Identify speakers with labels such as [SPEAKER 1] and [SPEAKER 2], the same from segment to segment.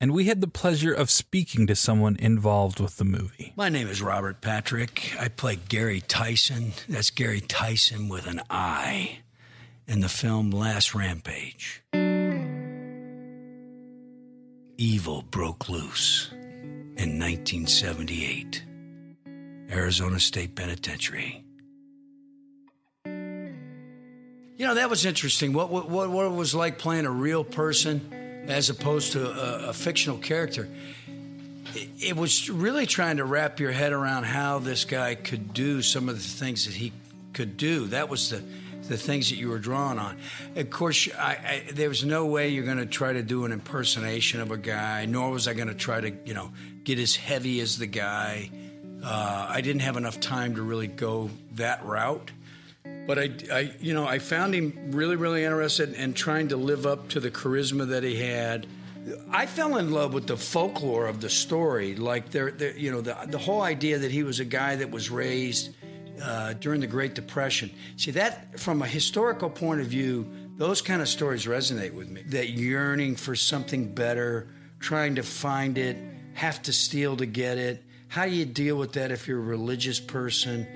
[SPEAKER 1] And we had the pleasure of speaking to someone involved with the movie.
[SPEAKER 2] My name is Robert Patrick. I play Gary Tyson. That's Gary Tyson with an I in the film Last Rampage. Evil broke loose in 1978, Arizona State Penitentiary. You know, that was interesting. What, what, what what it was like playing a real person as opposed to a, a fictional character it was really trying to wrap your head around how this guy could do some of the things that he could do. That was the the things that you were drawn on. Of course, I, I, there was no way you're going to try to do an impersonation of a guy. Nor was I going to try to you know get as heavy as the guy. Uh, I didn't have enough time to really go that route. But I, I, you know, I found him really, really interested in trying to live up to the charisma that he had. I fell in love with the folklore of the story, like there, there you know, the the whole idea that he was a guy that was raised uh, during the Great Depression. See that from a historical point of view, those kind of stories resonate with me. That yearning for something better, trying to find it, have to steal to get it. How do you deal with that if you're a religious person?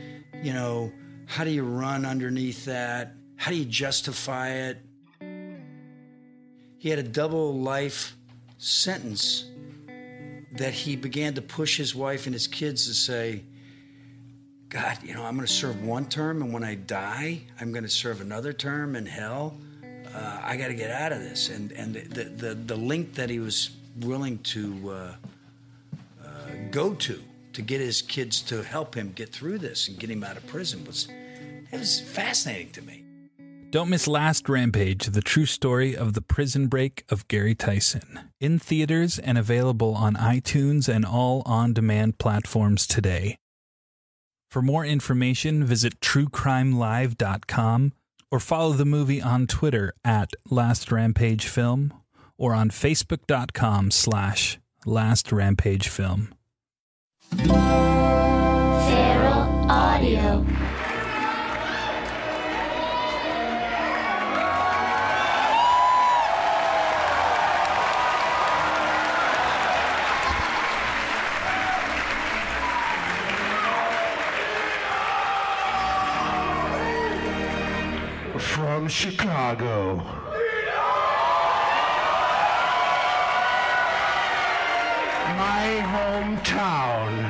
[SPEAKER 2] You know, how do you run underneath that? How do you justify it? He had a double life sentence that he began to push his wife and his kids to say, God, you know, I'm going to serve one term, and when I die, I'm going to serve another term in hell. Uh, I got to get out of this. And and the the, the link that he was willing to uh, uh, go to to get his kids to help him get through this and get him out of prison was it was fascinating to me.
[SPEAKER 1] Don't miss Last Rampage, the true story of the prison break of Gary Tyson. In theaters and available on iTunes and all on demand platforms today. For more information, visit truecrimelive.com or follow the movie on Twitter at Last Rampage Film or on Facebook.com slash Last Rampage Film.
[SPEAKER 3] Feral Audio.
[SPEAKER 4] from Chicago. My hometown.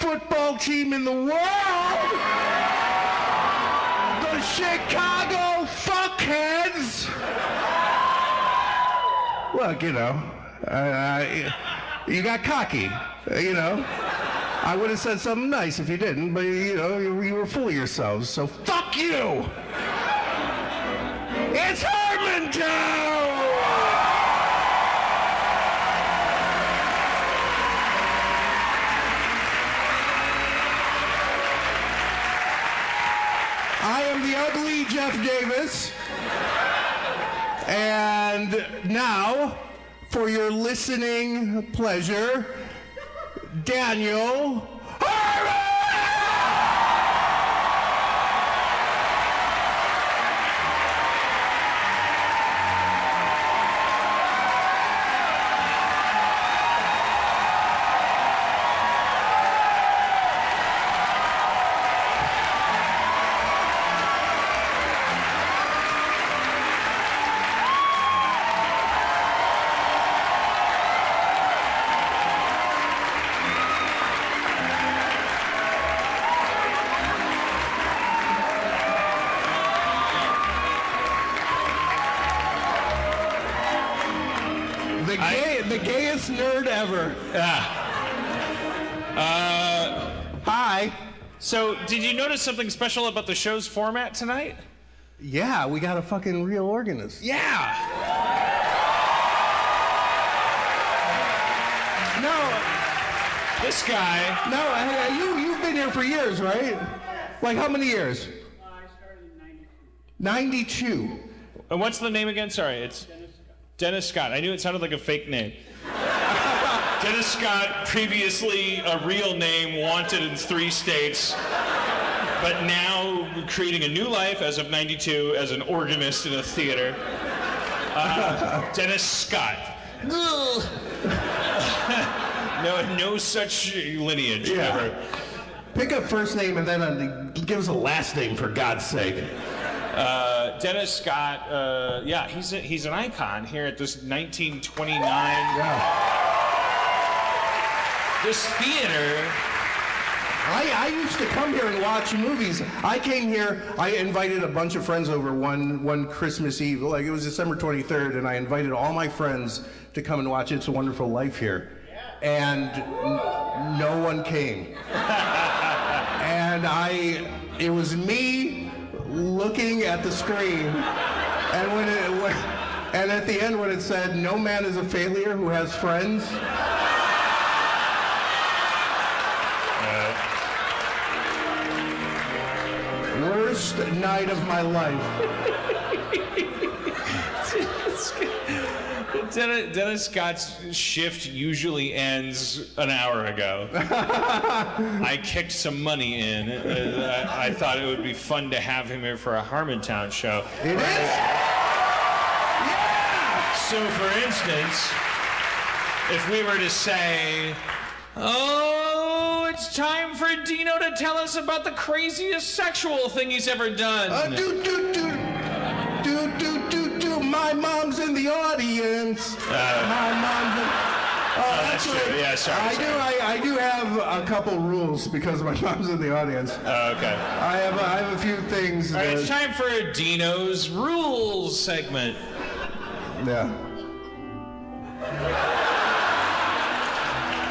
[SPEAKER 5] football team in the world. The Chicago Fuckheads. Look, you know, I, I, you got cocky, you know. I would have said something nice if you didn't, but you know, you, you were fooling yourselves, so fuck you! It's Hermantown! I am the ugly Jeff Davis. And now, for your listening pleasure, Daniel Herman! The, gay, the gayest nerd e- ever. Hi.
[SPEAKER 6] Uh, So, did you notice something special about the show's format tonight?
[SPEAKER 5] Yeah, we got a fucking real organist.
[SPEAKER 6] Yeah.
[SPEAKER 5] No,
[SPEAKER 6] This guy.
[SPEAKER 5] no, hey, you, you've been here for years, right? Like how many years?
[SPEAKER 7] Uh, I started in 92.
[SPEAKER 5] 92.
[SPEAKER 6] And what's the name again? Sorry, it's Dennis Scott. I knew it sounded like a fake name. Dennis Scott, previously a real name, wanted in three states, but now creating a new life as of 92 as an organist in a theater. Uh, Dennis Scott. no, no such lineage
[SPEAKER 5] Yeah.
[SPEAKER 6] ever.
[SPEAKER 5] Pick up first name and then uh, give us a last name for God's sake.
[SPEAKER 6] Uh, Dennis Scott, uh, yeah, he's a, he's an icon here at this 1929.
[SPEAKER 5] Yeah.
[SPEAKER 6] This theater,
[SPEAKER 5] I, I used to come here and watch movies. I came here. I invited a bunch of friends over one one Christmas Eve. Like it was December 23rd, and I invited all my friends to come and watch It's a Wonderful Life here, and n- no one came. and I, it was me looking at the screen, and when it when, and at the end when it said, "No man is a failure who has friends." Worst night of my life.
[SPEAKER 6] Dennis, Dennis Scott's shift usually ends an hour ago. I kicked some money in. Uh, I, I thought it would be fun to have him here for a Harmontown show.
[SPEAKER 5] It is.
[SPEAKER 6] So, for instance, if we were to say, Oh, it's time for Dino to tell us about the craziest sexual thing he's ever done.
[SPEAKER 5] Uh, do, do, do, do, do, do, do. My mom's in the audience. My mom's in. Oh,
[SPEAKER 6] Uh, that's
[SPEAKER 5] actually,
[SPEAKER 6] true. Yeah, sorry,
[SPEAKER 5] I do. I,
[SPEAKER 6] sorry.
[SPEAKER 5] I do have a couple rules because my mom's in the audience.
[SPEAKER 6] Oh, okay.
[SPEAKER 5] I have. A, I have a few things.
[SPEAKER 6] All right,
[SPEAKER 5] that-
[SPEAKER 6] it's time for Dino's rules segment.
[SPEAKER 5] yeah.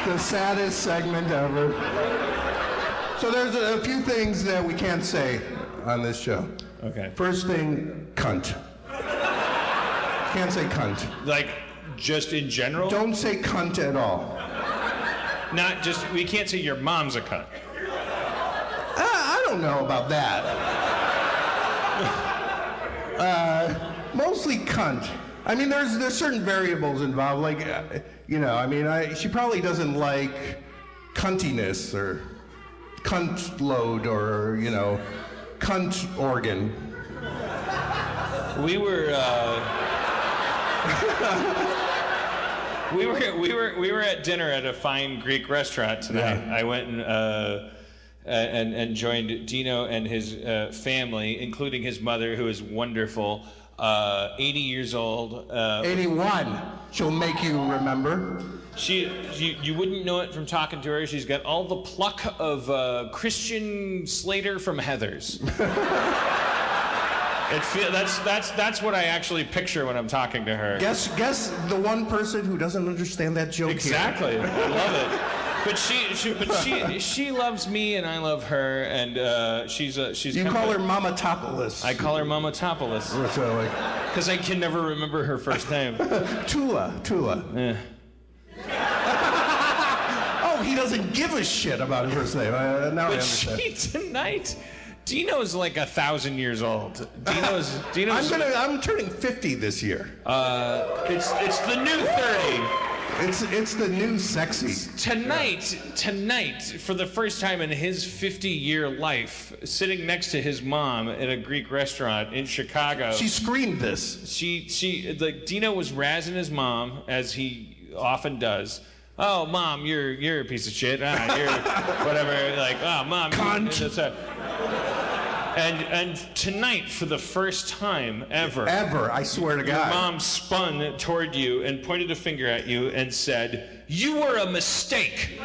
[SPEAKER 5] the saddest segment ever. So there's a, a few things that we can't say on this show.
[SPEAKER 6] Okay.
[SPEAKER 5] First thing, cunt. Can't say cunt.
[SPEAKER 6] Like, just in general?
[SPEAKER 5] Don't say cunt at all.
[SPEAKER 6] Not just, we can't say your mom's a cunt.
[SPEAKER 5] Uh, I don't know about that. uh, mostly cunt. I mean, there's there's certain variables involved. Like, uh, you know, I mean, I, she probably doesn't like cuntiness or cunt load or you know, cunt organ.
[SPEAKER 6] We were. Uh... We were, we, were, we were at dinner at a fine Greek restaurant tonight.
[SPEAKER 5] Yeah.
[SPEAKER 6] I went and, uh, and, and joined Dino and his uh, family, including his mother, who is wonderful, uh, 80 years old. Uh,
[SPEAKER 5] Eighty-one. She'll make you remember.
[SPEAKER 6] She, you, you wouldn't know it from talking to her. She's got all the pluck of uh, Christian Slater from Heather's. it feel, that's, that's, that's what I actually picture when I'm talking to her.
[SPEAKER 5] Guess guess the one person who doesn't understand that joke. here.
[SPEAKER 6] Exactly. I love it. But she, she, but she, she loves me, and I love her, and uh, she's a, she's.
[SPEAKER 5] You
[SPEAKER 6] kind of
[SPEAKER 5] call her
[SPEAKER 6] a-
[SPEAKER 5] Mama Topolis.
[SPEAKER 6] I call her Mama Topolis
[SPEAKER 5] so like
[SPEAKER 6] because I can never remember her first name.
[SPEAKER 5] Tula, Tula. oh, he doesn't give a shit about her first name. Uh, now I
[SPEAKER 6] But
[SPEAKER 5] understand.
[SPEAKER 6] she tonight, Dino's like a thousand years old. Dino's
[SPEAKER 5] I'm
[SPEAKER 6] Dino's.
[SPEAKER 5] gonna. I'm turning 50 this year.
[SPEAKER 6] uh, it's it's the new thirty.
[SPEAKER 5] It's it's the new sexy.
[SPEAKER 6] Tonight, tonight, for the first time in his fifty-year life, sitting next to his mom at a Greek restaurant in Chicago.
[SPEAKER 5] She screamed this.
[SPEAKER 6] she she like Dino was razzing his mom as he often does. Oh, mom, you're you're a piece of shit. Ah, you're whatever. Like, oh, mom, you-
[SPEAKER 5] Cunt.
[SPEAKER 6] that's a- and and tonight, for the first time ever,
[SPEAKER 5] Ever, I swear to
[SPEAKER 6] your
[SPEAKER 5] God.
[SPEAKER 6] mom spun toward you and pointed a finger at you and said, "You were a mistake."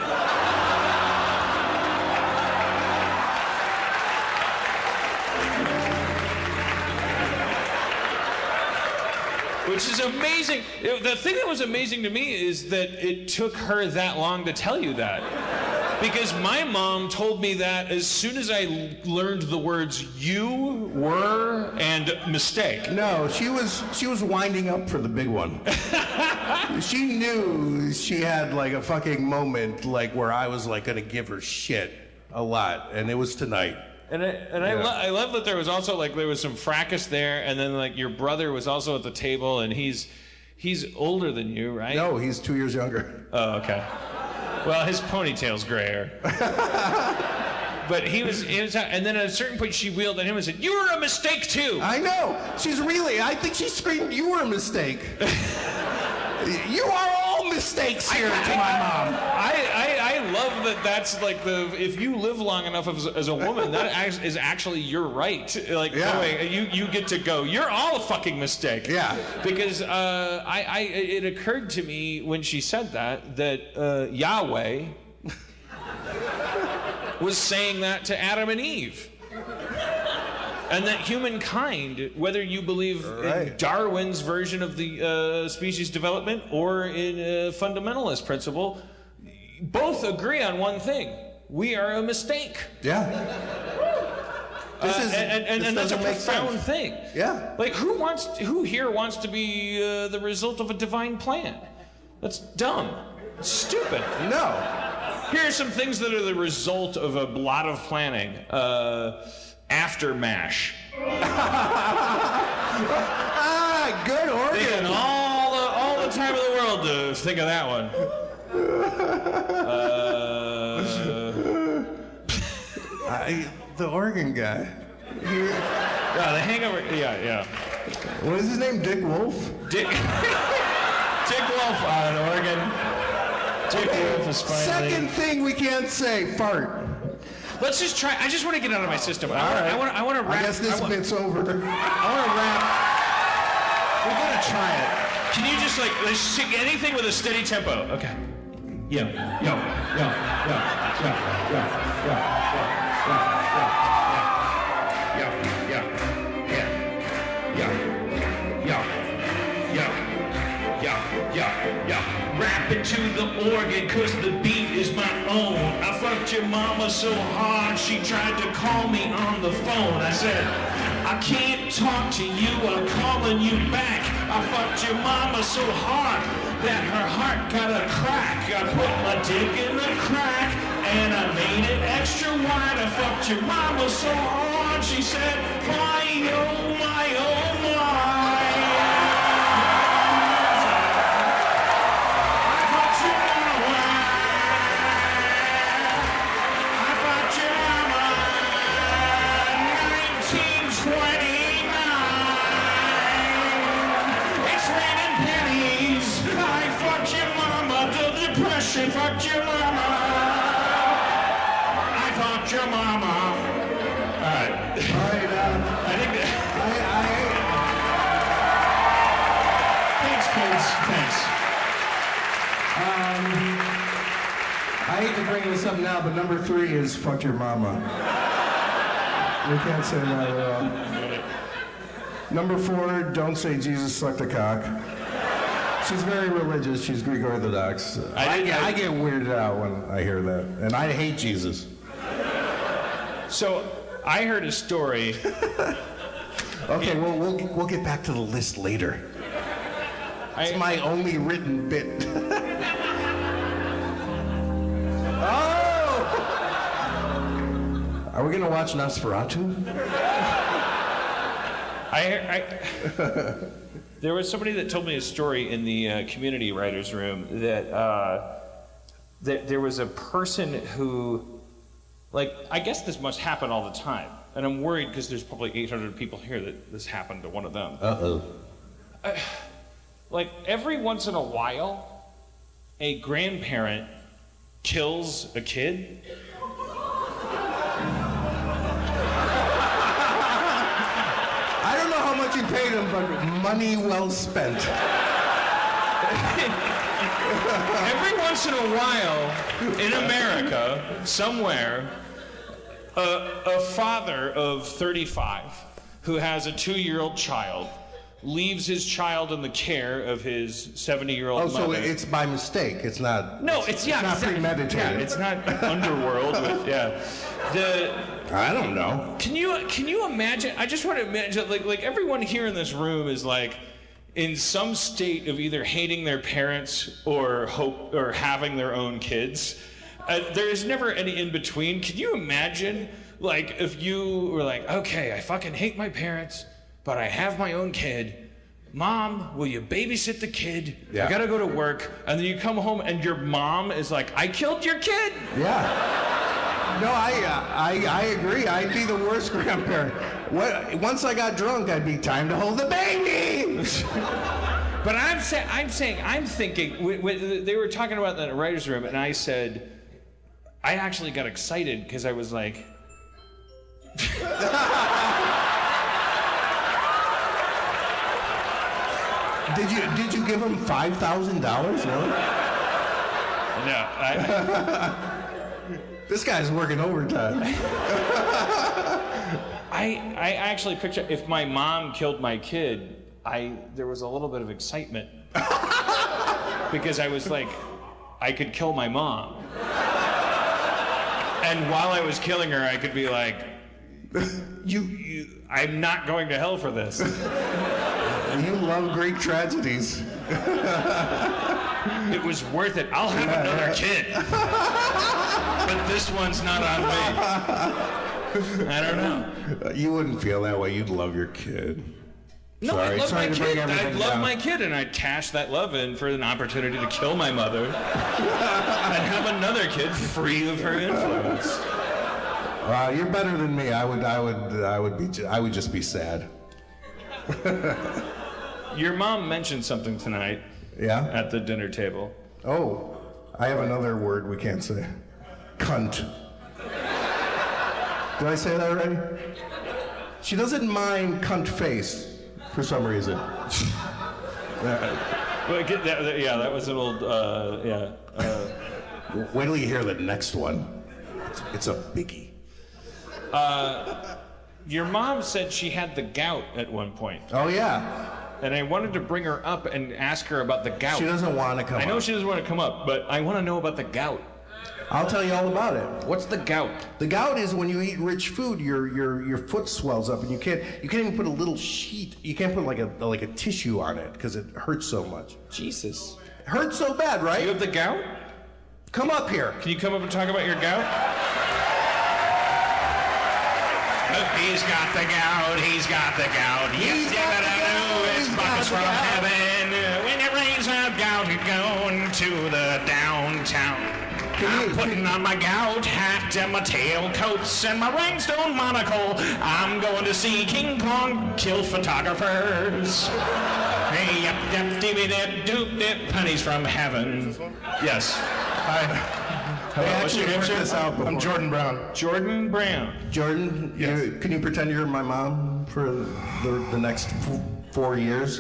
[SPEAKER 6] Which is amazing. It- the thing that was amazing to me is that it took her that long to tell you that. Because my mom told me that as soon as I l- learned the words you were and mistake.
[SPEAKER 5] No, she was she was winding up for the big one. she knew she had like a fucking moment like where I was like gonna give her shit a lot, and it was tonight.
[SPEAKER 6] And I and I, lo- I love that there was also like there was some fracas there, and then like your brother was also at the table, and he's he's older than you, right?
[SPEAKER 5] No, he's two years younger.
[SPEAKER 6] Oh, okay. Well, his ponytail's grayer. but he was, he was, and then at a certain point, she wheeled at him and said, "You were a mistake too."
[SPEAKER 5] I know. She's really. I think she screamed, "You were a mistake." you are all mistakes here to my mom.
[SPEAKER 6] Um, I, I, I love that that's like the if you live long enough as, as a woman that act- is actually your right like
[SPEAKER 5] Yeah.
[SPEAKER 6] going, you you get to go you're all a fucking mistake
[SPEAKER 5] Yeah.
[SPEAKER 6] because uh, I, I it occurred to me when she said that that uh, Yahweh was saying that to Adam and Eve and that humankind, whether you believe in
[SPEAKER 5] Right.
[SPEAKER 6] Darwin's version of the uh, species development or in a fundamentalist principle, both agree on one thing: we are a mistake. Uh,
[SPEAKER 5] Yeah. This is
[SPEAKER 6] and, and,
[SPEAKER 5] this
[SPEAKER 6] and that's a
[SPEAKER 5] doesn't make
[SPEAKER 6] profound
[SPEAKER 5] sense.
[SPEAKER 6] thing.
[SPEAKER 5] Yeah.
[SPEAKER 6] Like who wants? Who here wants to be uh, the result of a divine plan? That's dumb. Stupid.
[SPEAKER 5] No.
[SPEAKER 6] Here are some things that are the result of a lot of planning. Uh, after mash.
[SPEAKER 5] Ah, good organ.
[SPEAKER 6] Taking all the all the time in the world to think of that one. Uh,
[SPEAKER 5] I, the organ guy. He-
[SPEAKER 6] yeah, the Hangover. Yeah, yeah.
[SPEAKER 5] what is his name? Dick Wolf.
[SPEAKER 6] Dick Dick Wolf on an organ. Dick Wolf is finally.
[SPEAKER 5] Second thing we can't say, fart.
[SPEAKER 6] Let's just try. I just want to get it out of my system. I want.
[SPEAKER 5] All right.
[SPEAKER 6] I want. I want to wrap.
[SPEAKER 5] I guess this
[SPEAKER 6] wa-
[SPEAKER 5] bit's over. We
[SPEAKER 6] I want to wrap.
[SPEAKER 5] gotta try it.
[SPEAKER 6] Can you just like let's sing anything with a steady tempo? Okay. Yo, yo, yo, yo, yo, Rapping to the organ cause the beat is my own. I fucked your mama so hard she tried to call me on the phone. I said, I can't talk to you, I'm calling you back. I fucked your mama so hard that her heart got a crack. I put my dick in the crack and I made it extra wide. I fucked your mama so hard she said, my oh my oh my. I fucked your mama. I fucked your mama. 1929. It's raining pennies. I fucked your mama. The depression fucked your mama. I fucked your mama. All right.
[SPEAKER 5] All right, uh,
[SPEAKER 6] I think that.
[SPEAKER 5] I, I,
[SPEAKER 6] Thanks, kids. Thanks.
[SPEAKER 5] um, I hate to bring this up now, but number three is fuck your mama. we can't say that at all. Number four, don't say Jesus sucked a cock. She's very religious. She's Greek Orthodox. I,
[SPEAKER 6] didn't-
[SPEAKER 5] get,
[SPEAKER 6] I-
[SPEAKER 5] I get weirded out when I hear that, and I hate Jesus.
[SPEAKER 6] So I heard a story.
[SPEAKER 5] Okay, well, we'll we'll get back to the list later.
[SPEAKER 6] I,
[SPEAKER 5] It's my only written bit. oh! Are we gonna watch Nosferatu?
[SPEAKER 6] I, I there was somebody that told me a story in the uh, community writers room that uh, that there was a person who, like, I guess this must happen all the time, and I'm worried because there's probably 800 people here that this happened to one of them.
[SPEAKER 5] Uh oh.
[SPEAKER 6] Like every once in a while, a grandparent kills a kid.
[SPEAKER 5] I don't know how much you paid him, but money well spent.
[SPEAKER 6] Every once in a while, in America, somewhere, a, a father of 35 who has a two year old child leaves his child in the care of his 70 year old
[SPEAKER 5] Oh,
[SPEAKER 6] mother.
[SPEAKER 5] so it's by mistake. It's not.
[SPEAKER 6] no, it's, yeah,
[SPEAKER 5] not
[SPEAKER 6] exactly.
[SPEAKER 5] premeditated.
[SPEAKER 6] Yeah, it's not underworld. With, yeah, the
[SPEAKER 5] I don't know.
[SPEAKER 6] Can you can you imagine? I just want to imagine like like everyone here in this room is like in some state of either hating their parents or hope or having their own kids. Uh, there is never any in between. Can you imagine like if you were like, okay, I fucking hate my parents, but I have my own kid. Mom, will you babysit the kid?
[SPEAKER 5] Yeah.
[SPEAKER 6] I gotta go to work, and then you come home and your mom is like, I killed your kid.
[SPEAKER 5] Yeah. No, I, uh, I I agree. I'd be the worst grandparent. What, once I got drunk, I'd be time to hold the baby.
[SPEAKER 6] But I'm saying, I'm saying, I'm thinking. w w they were talking about that in the writers' room, and I said, I actually got excited because I was like,
[SPEAKER 5] Did you did you give him five thousand dollars? No.
[SPEAKER 6] no, I,
[SPEAKER 5] This guy's working overtime.
[SPEAKER 6] I, I actually picture if my mom killed my kid, I there was a little bit of excitement because I was like, I could kill my mom, and while I was killing her, I could be like, you, you I'm not going to hell for this.
[SPEAKER 5] You love Greek tragedies.
[SPEAKER 6] It was worth it. I'll have another kid. but this one's not on me. I don't know.
[SPEAKER 5] Uh, You wouldn't feel that way. You'd love your kid.
[SPEAKER 6] No, I
[SPEAKER 5] Sorry.
[SPEAKER 6] love
[SPEAKER 5] Sorry
[SPEAKER 6] my
[SPEAKER 5] to bring
[SPEAKER 6] kid. I
[SPEAKER 5] everything
[SPEAKER 6] love
[SPEAKER 5] down.
[SPEAKER 6] my kid, and I'd cash that love in for an opportunity to kill my mother. I'd have another kid free of her influence.
[SPEAKER 5] Wow, Uh, you're better than me. I would I would I would be ju- I would just be sad.
[SPEAKER 6] Your mom mentioned something tonight
[SPEAKER 5] Yeah.
[SPEAKER 6] at the dinner table.
[SPEAKER 5] Oh, I have another word we can't say. Cunt. Did I say that already? She doesn't mind cunt face for some reason.
[SPEAKER 6] Well, get that- that- yeah, that was an old. Uh, yeah. Uh,
[SPEAKER 5] Wait till you hear the next one. It's, it's a biggie.
[SPEAKER 6] Uh, your mom said she had the gout at one point,
[SPEAKER 5] Oh yeah.
[SPEAKER 6] and I wanted to bring her up and ask her about the gout.
[SPEAKER 5] She doesn't want to come.
[SPEAKER 6] I know
[SPEAKER 5] up.
[SPEAKER 6] she doesn't want to come up, but I want to know about the gout.
[SPEAKER 5] I'll tell you all about it.
[SPEAKER 6] What's the gout?
[SPEAKER 5] The gout is when you eat rich food, your your your foot swells up, and you can't you can't even put a little sheet. You can't put like a like a tissue on it because it hurts so much.
[SPEAKER 6] Jesus.
[SPEAKER 5] It hurts so bad,
[SPEAKER 6] You
[SPEAKER 5] right?
[SPEAKER 6] have the gout?
[SPEAKER 5] Come up here.
[SPEAKER 6] Can you come up and talk about your gout? He's got the gout, he's got the gout.
[SPEAKER 5] He's got the gout,
[SPEAKER 6] It's
[SPEAKER 5] he's got
[SPEAKER 6] buckets
[SPEAKER 5] the
[SPEAKER 6] from
[SPEAKER 5] gout.
[SPEAKER 6] heaven. When it rains I've gout, you're going to the downtown.
[SPEAKER 5] Can
[SPEAKER 6] I'm
[SPEAKER 5] you-
[SPEAKER 6] putting on my gout hat and my tailcoats and my rhinestone monocle. I'm going to see King Kong kill photographers. hey, yep, yep, dibby, dip, doop, dip, pennies from heaven. Yes.
[SPEAKER 5] They
[SPEAKER 6] Hello, what's your
[SPEAKER 5] actually
[SPEAKER 6] name,
[SPEAKER 5] worked
[SPEAKER 6] sir?
[SPEAKER 5] this out before.
[SPEAKER 6] I'm Jordan
[SPEAKER 5] Brown.
[SPEAKER 6] Jordan Brown.
[SPEAKER 5] Jordan, you, can you pretend you're my mom for the, the next f- four years?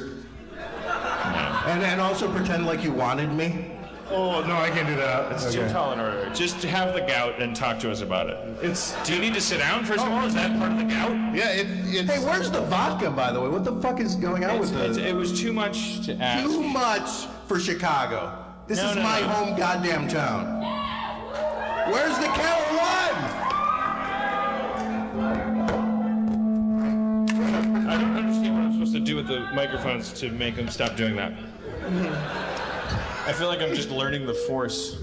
[SPEAKER 5] And and also pretend like you wanted me. Oh no, I can't do that.
[SPEAKER 6] It's too tolerant. Just have the gout and talk to us about it.
[SPEAKER 5] It's
[SPEAKER 6] Do you need to sit down first
[SPEAKER 5] Oh,
[SPEAKER 6] of all? Is that part of the gout?
[SPEAKER 5] yeah. It, it's, hey, where's the vodka, by the way? What the fuck is going on
[SPEAKER 6] It's,
[SPEAKER 5] with
[SPEAKER 6] it's,
[SPEAKER 5] this?
[SPEAKER 6] it was too much to ask.
[SPEAKER 5] Too much for Chicago. This
[SPEAKER 6] No,
[SPEAKER 5] is
[SPEAKER 6] no,
[SPEAKER 5] my
[SPEAKER 6] no.
[SPEAKER 5] home, goddamn town. Where's the count one?
[SPEAKER 6] I don't understand what I'm supposed to do with the microphones to make them stop doing that. I feel like I'm just learning the force.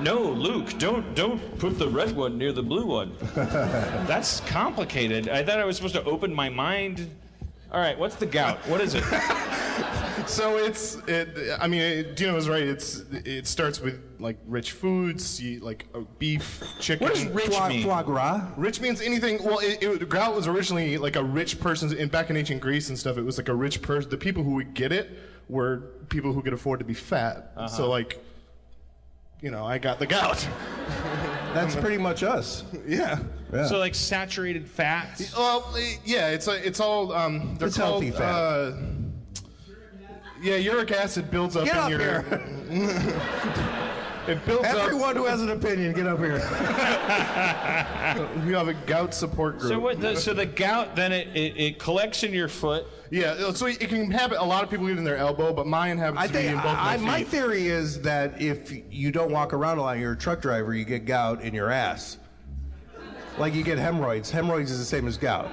[SPEAKER 6] No, Luke, don't don't put the red one near the blue one. That's complicated. I thought I was supposed to open my mind. All right, what's the gout? What is it?
[SPEAKER 7] So it's, it, I mean, it, Dino was right. It's, it starts with like rich foods, you, like uh, beef, chicken.
[SPEAKER 6] What does rich
[SPEAKER 5] Foie-
[SPEAKER 6] mean?
[SPEAKER 5] foie gras.
[SPEAKER 7] Rich means anything. Well, it, it, grout was originally like a rich person's. In back in ancient Greece and stuff, it was like a rich person. The people who would get it were people who could afford to be fat.
[SPEAKER 6] Uh-huh.
[SPEAKER 7] So like, you know, I got the gout.
[SPEAKER 5] That's pretty much us.
[SPEAKER 7] yeah.
[SPEAKER 6] So like saturated fats.
[SPEAKER 7] Well, it- yeah. It's a, it's all. Um, they're
[SPEAKER 5] It's
[SPEAKER 7] called,
[SPEAKER 5] healthy fat.
[SPEAKER 7] Uh, yeah, uric acid builds up
[SPEAKER 5] Get
[SPEAKER 7] in
[SPEAKER 5] up
[SPEAKER 7] your.
[SPEAKER 5] here.
[SPEAKER 7] It builds up.
[SPEAKER 5] Everyone who has an opinion, get up here.
[SPEAKER 7] You have a gout support group.
[SPEAKER 6] So what? The, so the gout then it, it, it collects in your foot.
[SPEAKER 7] Yeah, uh, so it can happen. A lot of people get it in their elbow, but mine happens
[SPEAKER 5] I
[SPEAKER 7] to be in
[SPEAKER 5] think I,
[SPEAKER 7] both my
[SPEAKER 5] I-
[SPEAKER 7] feet.
[SPEAKER 5] my theory is that if you don't walk around a lot, you're a truck driver, you get gout in your ass. Like you get hemorrhoids. Hemorrhoids is the same as gout.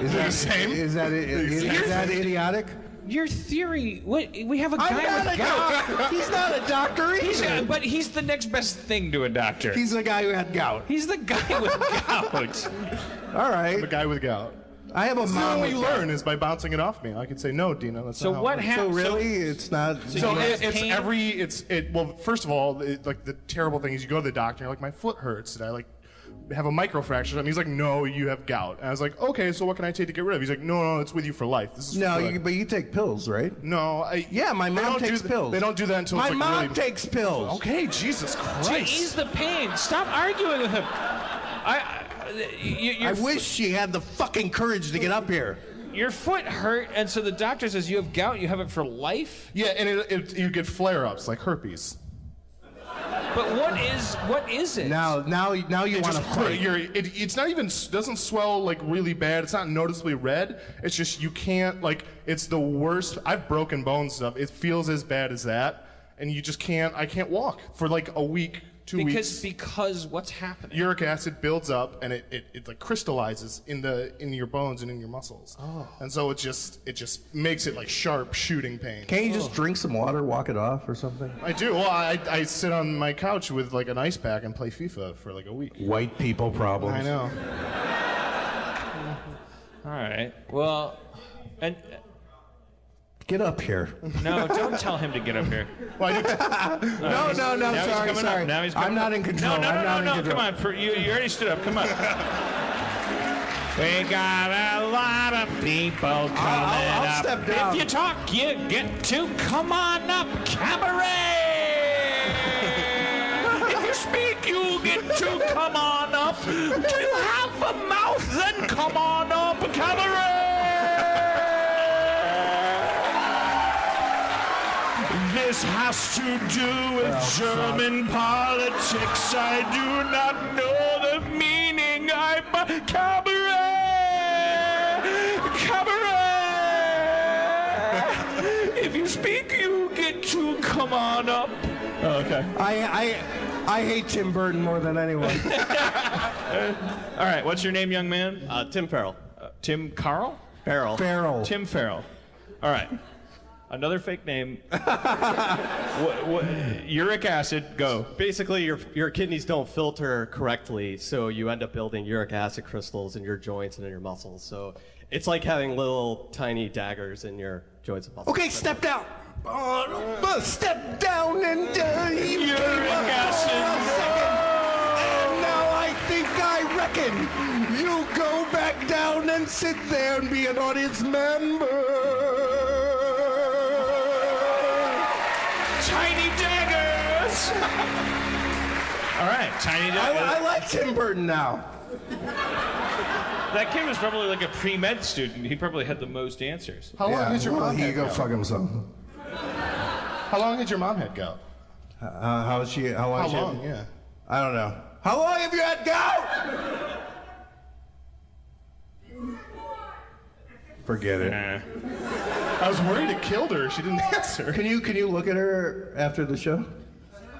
[SPEAKER 5] Is that
[SPEAKER 7] the same?
[SPEAKER 5] Is that is, is that idiotic?
[SPEAKER 4] Your theory, what we have a
[SPEAKER 5] I'm
[SPEAKER 4] guy
[SPEAKER 5] not a
[SPEAKER 4] with gout.
[SPEAKER 5] doctor. He's not a doctor either.
[SPEAKER 4] He's
[SPEAKER 5] He's,
[SPEAKER 4] a- but he's the next best thing to a doctor.
[SPEAKER 5] the guy who had gout.
[SPEAKER 4] He's the guy with gout.
[SPEAKER 5] All
[SPEAKER 7] the
[SPEAKER 5] right.
[SPEAKER 7] guy with gout.
[SPEAKER 5] I have a
[SPEAKER 7] The
[SPEAKER 5] mom.
[SPEAKER 7] only way
[SPEAKER 5] with
[SPEAKER 7] you
[SPEAKER 5] gout.
[SPEAKER 7] learn is by bouncing it off me. I could say no, Dino. That's
[SPEAKER 4] So
[SPEAKER 7] not how it
[SPEAKER 4] what
[SPEAKER 7] works."
[SPEAKER 5] So
[SPEAKER 4] happened?
[SPEAKER 5] really, it's not.
[SPEAKER 7] So
[SPEAKER 4] You
[SPEAKER 7] it,
[SPEAKER 4] have
[SPEAKER 7] it's
[SPEAKER 4] pain?
[SPEAKER 7] every it's it. Well, first of all, it, like the terrible thing is you go to the doctor. You're like, my foot hurts. Did I like have a microfracture? And he's like, no, you have gout. And I was like, okay, so what can I take to get rid of? it?" He's like, no, no, it's with you for life. This is
[SPEAKER 5] no,
[SPEAKER 7] for
[SPEAKER 5] you,
[SPEAKER 7] life."
[SPEAKER 5] but you take pills, right?
[SPEAKER 7] no. I,
[SPEAKER 5] Yeah, my
[SPEAKER 7] they
[SPEAKER 5] mom
[SPEAKER 7] don't do
[SPEAKER 5] takes
[SPEAKER 7] th-
[SPEAKER 5] pills.
[SPEAKER 7] They don't do that until
[SPEAKER 5] my
[SPEAKER 7] it's like
[SPEAKER 5] mom
[SPEAKER 7] really,
[SPEAKER 5] takes pills.
[SPEAKER 7] Okay, Jesus Christ.
[SPEAKER 4] to ease the pain. Stop arguing with him. I, I- you, your,
[SPEAKER 5] I wish she had the fucking courage to get up here.
[SPEAKER 4] your foot hurt, and so the doctor says you have gout. You have it for life.
[SPEAKER 7] Yeah, and it, it, you get flare-ups like herpes.
[SPEAKER 4] But what is what is it?
[SPEAKER 5] Now, now, now you
[SPEAKER 7] It
[SPEAKER 5] want to
[SPEAKER 7] just cr-
[SPEAKER 5] fight.
[SPEAKER 7] You're, it, it's not even s- doesn't swell like really bad. It's not noticeably red. It's just you can't like. It's the worst. I've broken bones and stuff. It feels as bad as that, and you just can't. I can't walk for like a week, two
[SPEAKER 4] because
[SPEAKER 7] weeks.
[SPEAKER 4] because what's happening?
[SPEAKER 7] Uric acid builds up and it, it, it like crystallizes in the in your bones and in your muscles. Oh. And so it just it just makes it like sharp shooting pain. Oh.
[SPEAKER 5] Can't you
[SPEAKER 4] Oh.
[SPEAKER 5] just drink some water, walk it off, or something?
[SPEAKER 7] I do. Well, I, I sit on my couch with like an ice pack and play FIFA for like a week.
[SPEAKER 5] White people problems.
[SPEAKER 7] I know.
[SPEAKER 4] All right. Well, and
[SPEAKER 6] uh,
[SPEAKER 5] Get up here.
[SPEAKER 4] no, don't tell him to get up here.
[SPEAKER 7] Well, I do
[SPEAKER 5] no, no, no.
[SPEAKER 6] Uh, he's
[SPEAKER 5] sorry,
[SPEAKER 6] coming up.
[SPEAKER 5] sorry.
[SPEAKER 6] Now he's coming
[SPEAKER 5] I'm not
[SPEAKER 6] up.
[SPEAKER 5] in control.
[SPEAKER 6] No, no,
[SPEAKER 5] I'm
[SPEAKER 6] no,
[SPEAKER 5] not
[SPEAKER 6] no,
[SPEAKER 5] in
[SPEAKER 6] no.
[SPEAKER 5] control.
[SPEAKER 6] Come on, for, you, you already stood up. Come on. we got a lot of people coming
[SPEAKER 5] I'll
[SPEAKER 6] up.
[SPEAKER 5] step down.
[SPEAKER 6] If you talk, you get to. Come on up, cabaret. if you speak, you get to. Come on up. Do you have a mouth? Then come on up, cabaret. This has to do with German politics. I do not know the meaning. I'm a cabaret! Cabaret! if you speak, you get to come on up. Oh, okay.
[SPEAKER 5] I, I, I hate Tim Burton more than anyone.
[SPEAKER 6] Uh, All right, what's your name, young man?
[SPEAKER 8] Uh, Tim Farrell.
[SPEAKER 6] Uh, Tim Carl?
[SPEAKER 8] Farrell.
[SPEAKER 5] Feral.
[SPEAKER 6] Tim Farrell. All right. Another fake name. what, what, uric acid, go.
[SPEAKER 8] Basically, your, your kidneys don't filter correctly, so you end up building uric acid crystals in your joints and in your muscles. So it's like having little tiny daggers in your joints and muscles.
[SPEAKER 5] Okay, step down. Oh, no. step down and uh, you
[SPEAKER 6] Uric
[SPEAKER 5] came up
[SPEAKER 6] acid.
[SPEAKER 5] for a second. And now I think I reckon you go back down and sit there and be an audience member.
[SPEAKER 6] Tiny daggers! All right, tiny daggers.
[SPEAKER 5] I, I like Tim Burton now.
[SPEAKER 6] that kid was probably like a pre med student. He probably had the most answers.
[SPEAKER 7] How long is your
[SPEAKER 5] well,
[SPEAKER 7] podcast
[SPEAKER 5] he go
[SPEAKER 7] now?
[SPEAKER 5] fuck himself.
[SPEAKER 7] How long did your mom had go?
[SPEAKER 5] Uh, how's she? How long?
[SPEAKER 7] How
[SPEAKER 5] has she-
[SPEAKER 7] long? Yeah.
[SPEAKER 5] I don't know. How long have you had gout? Forget it.
[SPEAKER 7] I was worried it killed her. She didn't answer.
[SPEAKER 5] Can you can you look at her after the show?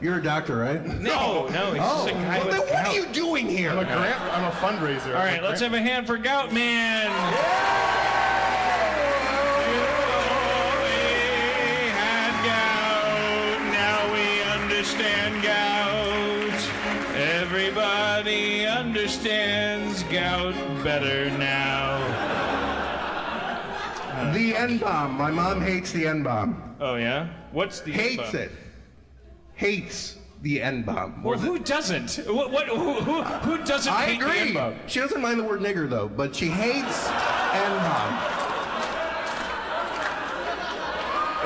[SPEAKER 5] You're a doctor, right?
[SPEAKER 6] No, no, he's
[SPEAKER 5] Oh,
[SPEAKER 6] just a guy
[SPEAKER 5] well,
[SPEAKER 6] with
[SPEAKER 5] then what
[SPEAKER 6] gout.
[SPEAKER 5] are you doing here?
[SPEAKER 7] I'm a grant. I'm a fundraiser.
[SPEAKER 6] All right, let's have a hand for Gout Man. We had gout, now we understand gout. Everybody understands gout better now.
[SPEAKER 5] The N bomb. My mom hates the N bomb.
[SPEAKER 6] Oh yeah, what's the
[SPEAKER 5] Hates it. Hates the N bomb.
[SPEAKER 6] Well, who doesn't? What? what who, who? Who doesn't?
[SPEAKER 5] I
[SPEAKER 6] hate the
[SPEAKER 5] agree.
[SPEAKER 6] N-bomb?
[SPEAKER 5] She doesn't mind the word nigger though, but she hates N bomb.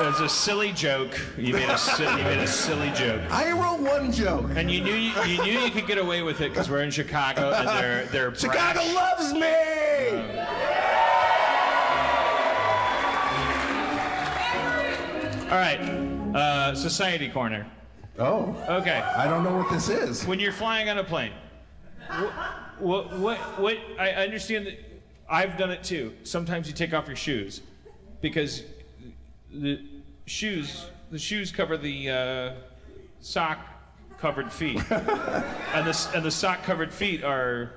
[SPEAKER 6] It's a silly joke. You made a, si- you made a silly joke.
[SPEAKER 5] I wrote one joke.
[SPEAKER 6] And you knew you, you knew you could get away with it because we're in Chicago Oh, and they're they're
[SPEAKER 5] Chicago
[SPEAKER 6] brash.
[SPEAKER 5] loves me.
[SPEAKER 6] All right, uh, society corner.
[SPEAKER 5] Oh,
[SPEAKER 6] Okay,
[SPEAKER 5] I don't know what this is.
[SPEAKER 6] when you're flying on a plane, what what what? I understand that I've done it too. Sometimes you take off your shoes because the shoes the shoes cover the uh, sock covered feet, and the and the sock covered feet are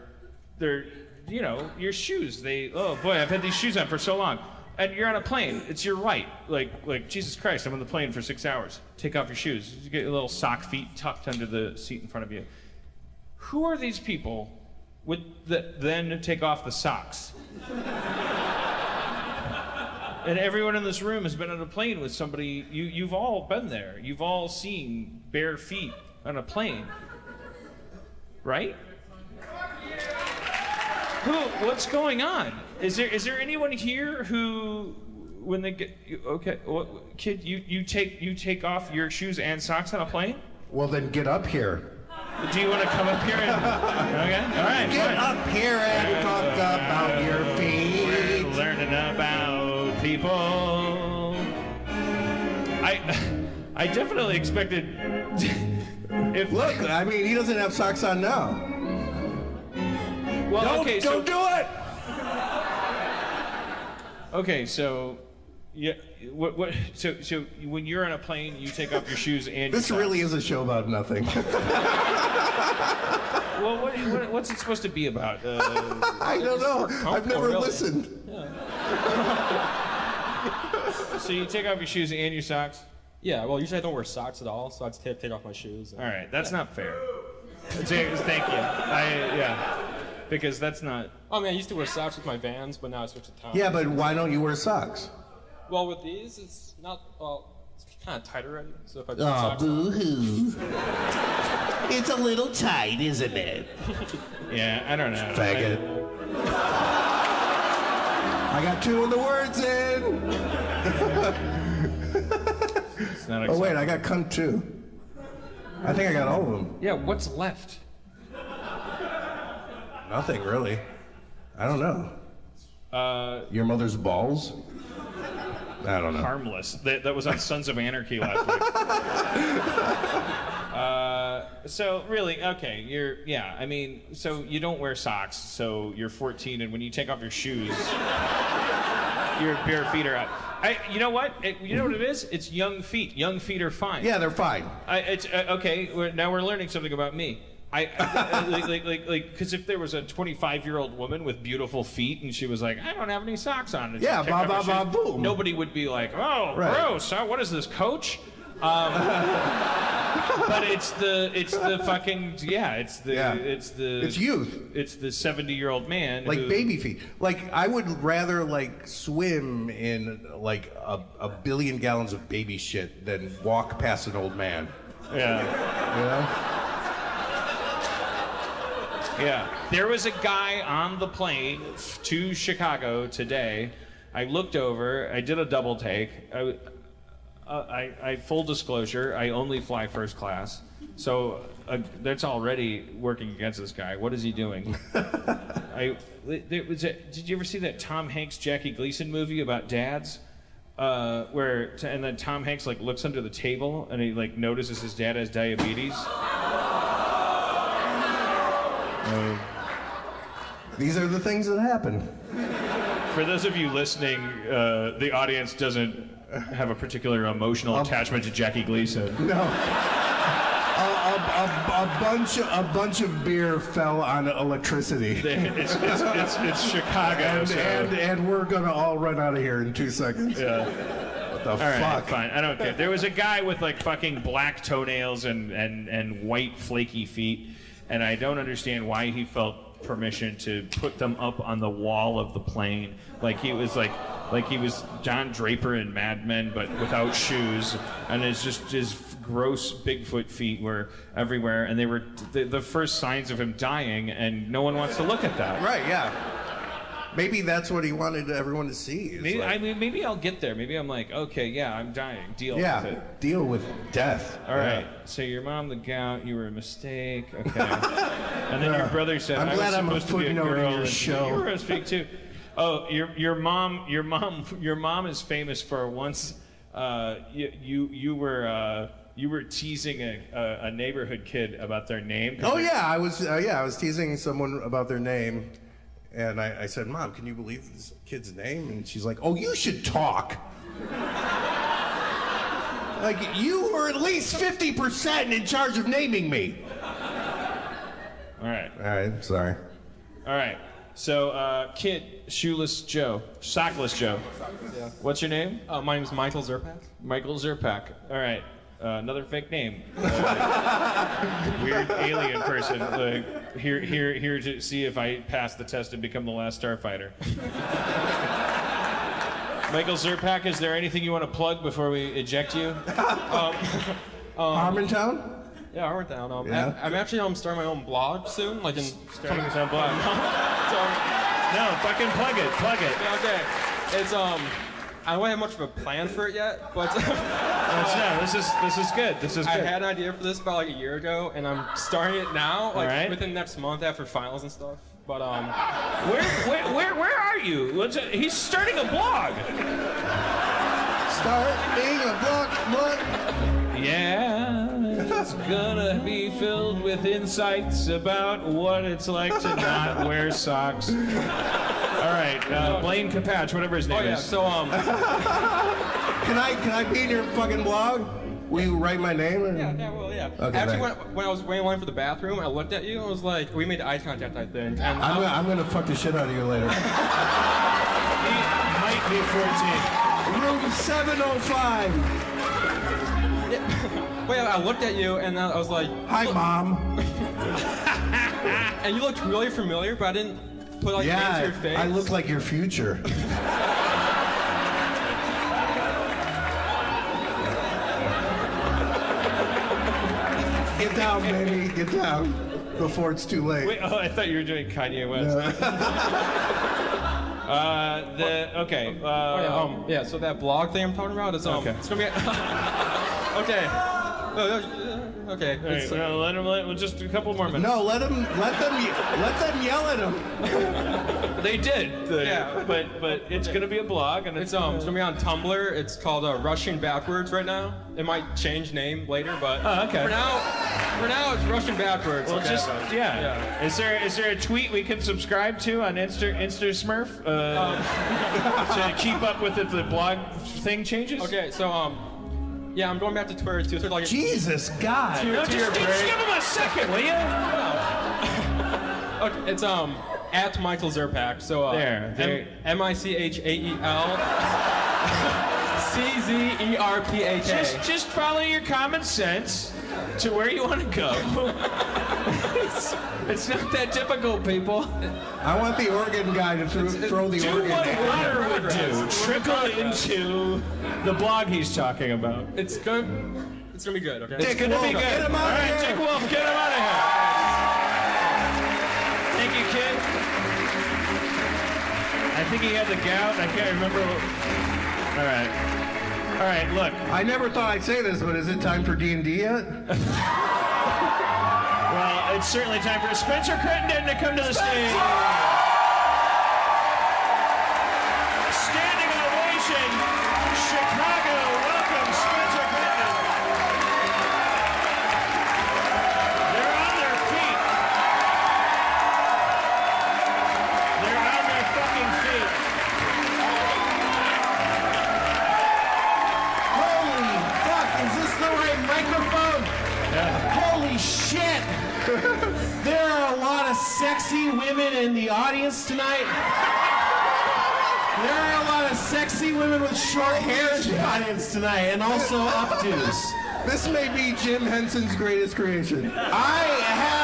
[SPEAKER 6] they're you know your shoes they oh boy i've had these shoes on for so long and you're on a plane it's your right like like jesus christ i'm on the plane for six hours take off your shoes you get your little sock feet tucked under the seat in front of you who are these people with the, then take off the socks Oh. and everyone in this room has been on a plane with somebody you, you've all been there you've all seen bare feet on a plane right who? What's going on? Is there is there anyone here who, when they get you- okay, what, kid, you, you take you take off your shoes and socks on a plane?
[SPEAKER 5] Well, then get up here.
[SPEAKER 6] Do you want to come up here? And, okay, all right.
[SPEAKER 5] Get
[SPEAKER 6] fine.
[SPEAKER 5] up here and talk about your feet.
[SPEAKER 6] We're learning about people. I I definitely expected if
[SPEAKER 5] Look, I mean, he doesn't have socks on now.
[SPEAKER 6] well
[SPEAKER 5] Don't,
[SPEAKER 6] okay so
[SPEAKER 5] don't do it.
[SPEAKER 6] Okay, so yeah, what what? So so when you're on a plane, you take off your shoes and
[SPEAKER 5] This
[SPEAKER 6] your socks.
[SPEAKER 5] really is a show about nothing.
[SPEAKER 6] Well, what, what, what's it supposed to be about? Uh,
[SPEAKER 5] I don't know. I've never
[SPEAKER 6] Oh, really.
[SPEAKER 5] listened.
[SPEAKER 6] so you take off your shoes and your socks.
[SPEAKER 8] Yeah, well, usually I don't wear socks at all, so I just take, take off my shoes. and-
[SPEAKER 6] All right, that's not fair. James, thank you. I yeah, because that's not.
[SPEAKER 8] Oh man, I used to wear socks with my Vans, but now I switched to Toms.
[SPEAKER 5] Yeah, but why don't you wear socks?
[SPEAKER 8] Well, with these, it's not. Well, it's kind of tight already. So if I put
[SPEAKER 9] Oh,
[SPEAKER 8] socks on-
[SPEAKER 9] boo hoo. it's a little tight, isn't it?
[SPEAKER 6] Yeah, I don't know.
[SPEAKER 5] Faggot. I got two of the words in.
[SPEAKER 6] It's not
[SPEAKER 5] Oh
[SPEAKER 6] acceptable.
[SPEAKER 5] wait, I got cunt too. I think I got all of them.
[SPEAKER 6] Yeah, what's left?
[SPEAKER 5] Nothing really. I don't know.
[SPEAKER 6] Uh,
[SPEAKER 5] Your mother's balls? I don't know.
[SPEAKER 6] harmless. That, that was on Sons of Anarchy last week. Uh, so really, okay, you're yeah. I mean, so you don't wear socks, so you're 14, and when you take off your shoes, your bare feet are out. I, you know what? It- you know what it is? It's young feet. Young feet are fine.
[SPEAKER 5] Yeah, they're fine.
[SPEAKER 6] I, it's uh, okay. We're, now we're learning something about me. I, I like like like because if there was a 25 year old woman with beautiful feet and she was like, I don't have any socks on. and she
[SPEAKER 5] Yeah,
[SPEAKER 6] kicked
[SPEAKER 5] ba,
[SPEAKER 6] off her
[SPEAKER 5] ba, ba,
[SPEAKER 6] shoes,
[SPEAKER 5] boom.
[SPEAKER 6] Nobody would be like, oh,
[SPEAKER 5] Right.
[SPEAKER 6] gross. huh? What is this, coach? Um, but it's the it's the fucking yeah. It's the
[SPEAKER 5] Yeah.
[SPEAKER 6] it's the
[SPEAKER 5] It's youth.
[SPEAKER 6] It's the 70 year old man
[SPEAKER 5] like
[SPEAKER 6] who-
[SPEAKER 5] baby feet. Like I would rather like swim in like a, a billion gallons of baby shit than walk past an old man.
[SPEAKER 6] Yeah.
[SPEAKER 5] You know?
[SPEAKER 6] Yeah. There was a guy on the plane f- to Chicago today. I looked over. I did a double take. I, w- uh, I, I full disclosure. I only fly first class, so uh, that's already working against this guy. What is he doing? I there was a, did you ever see that Tom Hanks Jackie Gleason movie about dads? uh, where t- and then Tom Hanks like looks under the table and he like notices his dad has diabetes.
[SPEAKER 5] Um, These are the things that happen.
[SPEAKER 6] For those of you listening, uh, the audience doesn't have a particular emotional attachment to Jackie Gleason.
[SPEAKER 5] No. A, a, a, a bunch of, a bunch of beer fell on electricity.
[SPEAKER 6] It's, it's, it's, it's Chicago.
[SPEAKER 5] and,
[SPEAKER 6] so-
[SPEAKER 5] and, and we're gonna all run out of here in two seconds.
[SPEAKER 6] Yeah.
[SPEAKER 5] What the
[SPEAKER 6] All right,
[SPEAKER 5] fuck?
[SPEAKER 6] fine. I don't care. There was a guy with like fucking black toenails and, and, and white flaky feet, and I don't understand why he felt permission to put them up on the wall of the plane. Like he was like like he was John Draper in Mad Men, but without shoes, and it's just his gross Bigfoot feet were everywhere, and they were the, the first signs of him dying, and no one wants to look at that.
[SPEAKER 5] Right? Yeah. Maybe that's what he wanted everyone to see. is
[SPEAKER 6] Maybe,
[SPEAKER 5] like-
[SPEAKER 6] I mean, maybe I'll get there. Maybe I'm like, okay, yeah, I'm dying. Deal with
[SPEAKER 5] yeah.
[SPEAKER 6] it.
[SPEAKER 5] Deal with death.
[SPEAKER 6] All right. So your mom, the gout, you were a mistake. Okay. and then your brother said,
[SPEAKER 5] I'm
[SPEAKER 6] I
[SPEAKER 5] glad
[SPEAKER 6] was
[SPEAKER 5] I'm a
[SPEAKER 6] supposed to be a
[SPEAKER 5] footnote in
[SPEAKER 6] girl.
[SPEAKER 5] your
[SPEAKER 6] and
[SPEAKER 5] show.
[SPEAKER 6] You were a mistake too. Oh, your your mom, your mom, your mom is famous for once. Uh, you, you you were uh, you were teasing a, a, a neighborhood kid about their name.
[SPEAKER 5] Oh yeah, I was uh, yeah I was teasing someone about their name, and I, I said, "Mom, can you believe this kid's name?" And she's like, "Oh, you should talk." like you were at least fifty percent in charge of naming me.
[SPEAKER 6] All right.
[SPEAKER 5] All right, sorry.
[SPEAKER 6] All right. So uh, kid, shoeless Joe, sockless Joe. What's your name?
[SPEAKER 10] Uh, my name's Michael Zerpak.
[SPEAKER 6] Michael Zerpak. All right. Uh, another fake name. weird alien person. Like, here, here, here to see if I pass the test and become the last starfighter. Michael Zerpak, is there anything you want to plug before we eject you? Um,
[SPEAKER 5] Harmontown?
[SPEAKER 10] Yeah, Harmontown. Um,
[SPEAKER 6] Yeah.
[SPEAKER 10] I, am actually um, starting my own blog soon. Like in
[SPEAKER 6] starting his own blog. no, fucking plug it. Plug it.
[SPEAKER 10] okay. It's um. I don't have much of a plan for it yet, but
[SPEAKER 6] no, this is this is good. This is
[SPEAKER 10] I
[SPEAKER 6] good.
[SPEAKER 10] had an idea for this about like a year ago, and I'm starting it now, like
[SPEAKER 6] Alright.
[SPEAKER 10] within the next month after finals and stuff. But um,
[SPEAKER 6] where, where, where, where are you? What's it- he's starting a blog.
[SPEAKER 5] Start being a blog, blog.
[SPEAKER 6] Yeah, it's gonna be filled with insights about what it's like to not wear socks. All right, uh, Blaine Capatch, whatever his name
[SPEAKER 10] yeah,
[SPEAKER 6] is.
[SPEAKER 10] so, um,
[SPEAKER 5] Can I can I be in your fucking blog? Will you write my name? Yeah, yeah,
[SPEAKER 10] well, yeah.
[SPEAKER 5] Okay,
[SPEAKER 10] actually, when,
[SPEAKER 5] thanks.
[SPEAKER 10] when I was waiting in line for the bathroom, I looked at you and was like, we made eye contact, I think. And
[SPEAKER 5] I'm gonna, I'm gonna fuck the shit out of you later.
[SPEAKER 6] might be 14.
[SPEAKER 5] Room 705.
[SPEAKER 10] Wait, I looked at you and I was like,
[SPEAKER 5] Hi, mom.
[SPEAKER 10] and you looked really familiar, but I didn't put like names to your
[SPEAKER 5] yeah,
[SPEAKER 10] face.
[SPEAKER 5] I look like your future. Get down, baby. Get down before it's too late.
[SPEAKER 6] Wait, oh, I thought you were doing Kanye West. uh, the okay. Uh,
[SPEAKER 10] Oh, yeah, um, yeah, so that blog thing I'm talking about is um,
[SPEAKER 6] Okay.
[SPEAKER 10] it's gonna be. okay. No, no, okay.
[SPEAKER 6] all right,
[SPEAKER 10] it's- uh,
[SPEAKER 6] well, let him, let, well, just a couple more minutes.
[SPEAKER 5] No, let them, let them, ye- let them yell at him.
[SPEAKER 6] They did. the-
[SPEAKER 10] Yeah.
[SPEAKER 6] but but it's gonna be a blog, and it's,
[SPEAKER 10] It's um, it's gonna be on Tumblr. It's called uh, Russian Backwards right now. It might change name later, but
[SPEAKER 6] Oh, okay.
[SPEAKER 10] for now, for now it's Russian Backwards.
[SPEAKER 6] Well,
[SPEAKER 10] okay?
[SPEAKER 6] just
[SPEAKER 10] But-
[SPEAKER 6] yeah. Is there is there a tweet we can subscribe to on Insta Insta Smurf
[SPEAKER 10] Um,
[SPEAKER 6] uh, to keep up with if the blog thing changes?
[SPEAKER 10] Okay, so um, yeah, I'm going back to Twitter too. So like,
[SPEAKER 5] Jesus God.
[SPEAKER 10] To,
[SPEAKER 6] No,
[SPEAKER 10] to
[SPEAKER 6] just,
[SPEAKER 10] your
[SPEAKER 6] just
[SPEAKER 10] break.
[SPEAKER 6] give him a second, will you?
[SPEAKER 10] Okay, it's um at Michael Zerpak. So uh,
[SPEAKER 6] There, there.
[SPEAKER 10] M I C H A E L C Z E R P A K.
[SPEAKER 6] Just just follow your common sense to where you want to go. it's, it's not that difficult, people.
[SPEAKER 5] I want the organ guy to throw, throw the
[SPEAKER 6] Do
[SPEAKER 5] organ.
[SPEAKER 6] what
[SPEAKER 5] at
[SPEAKER 6] water would do. Trickle into the blog he's talking about.
[SPEAKER 10] It's good. It's gonna be good. Okay.
[SPEAKER 6] It's gonna be good.
[SPEAKER 5] Wolf, get him
[SPEAKER 6] All
[SPEAKER 5] out of
[SPEAKER 6] right,
[SPEAKER 5] here.
[SPEAKER 6] Dick Wolf, get him out of here. Thank you, kid. I think he had the gout. I can't remember. All right. All right. Look.
[SPEAKER 5] I never thought I'd say this, but is it time for D and D yet?
[SPEAKER 6] Well, it's certainly time for Spencer Crittenden to come to the stage. Standing ovation.
[SPEAKER 9] Holy shit! there are a lot of sexy women in the audience tonight. There are a lot of sexy women with short hair in the audience tonight, and also updos.
[SPEAKER 5] This may be Jim Henson's greatest creation.
[SPEAKER 9] I have.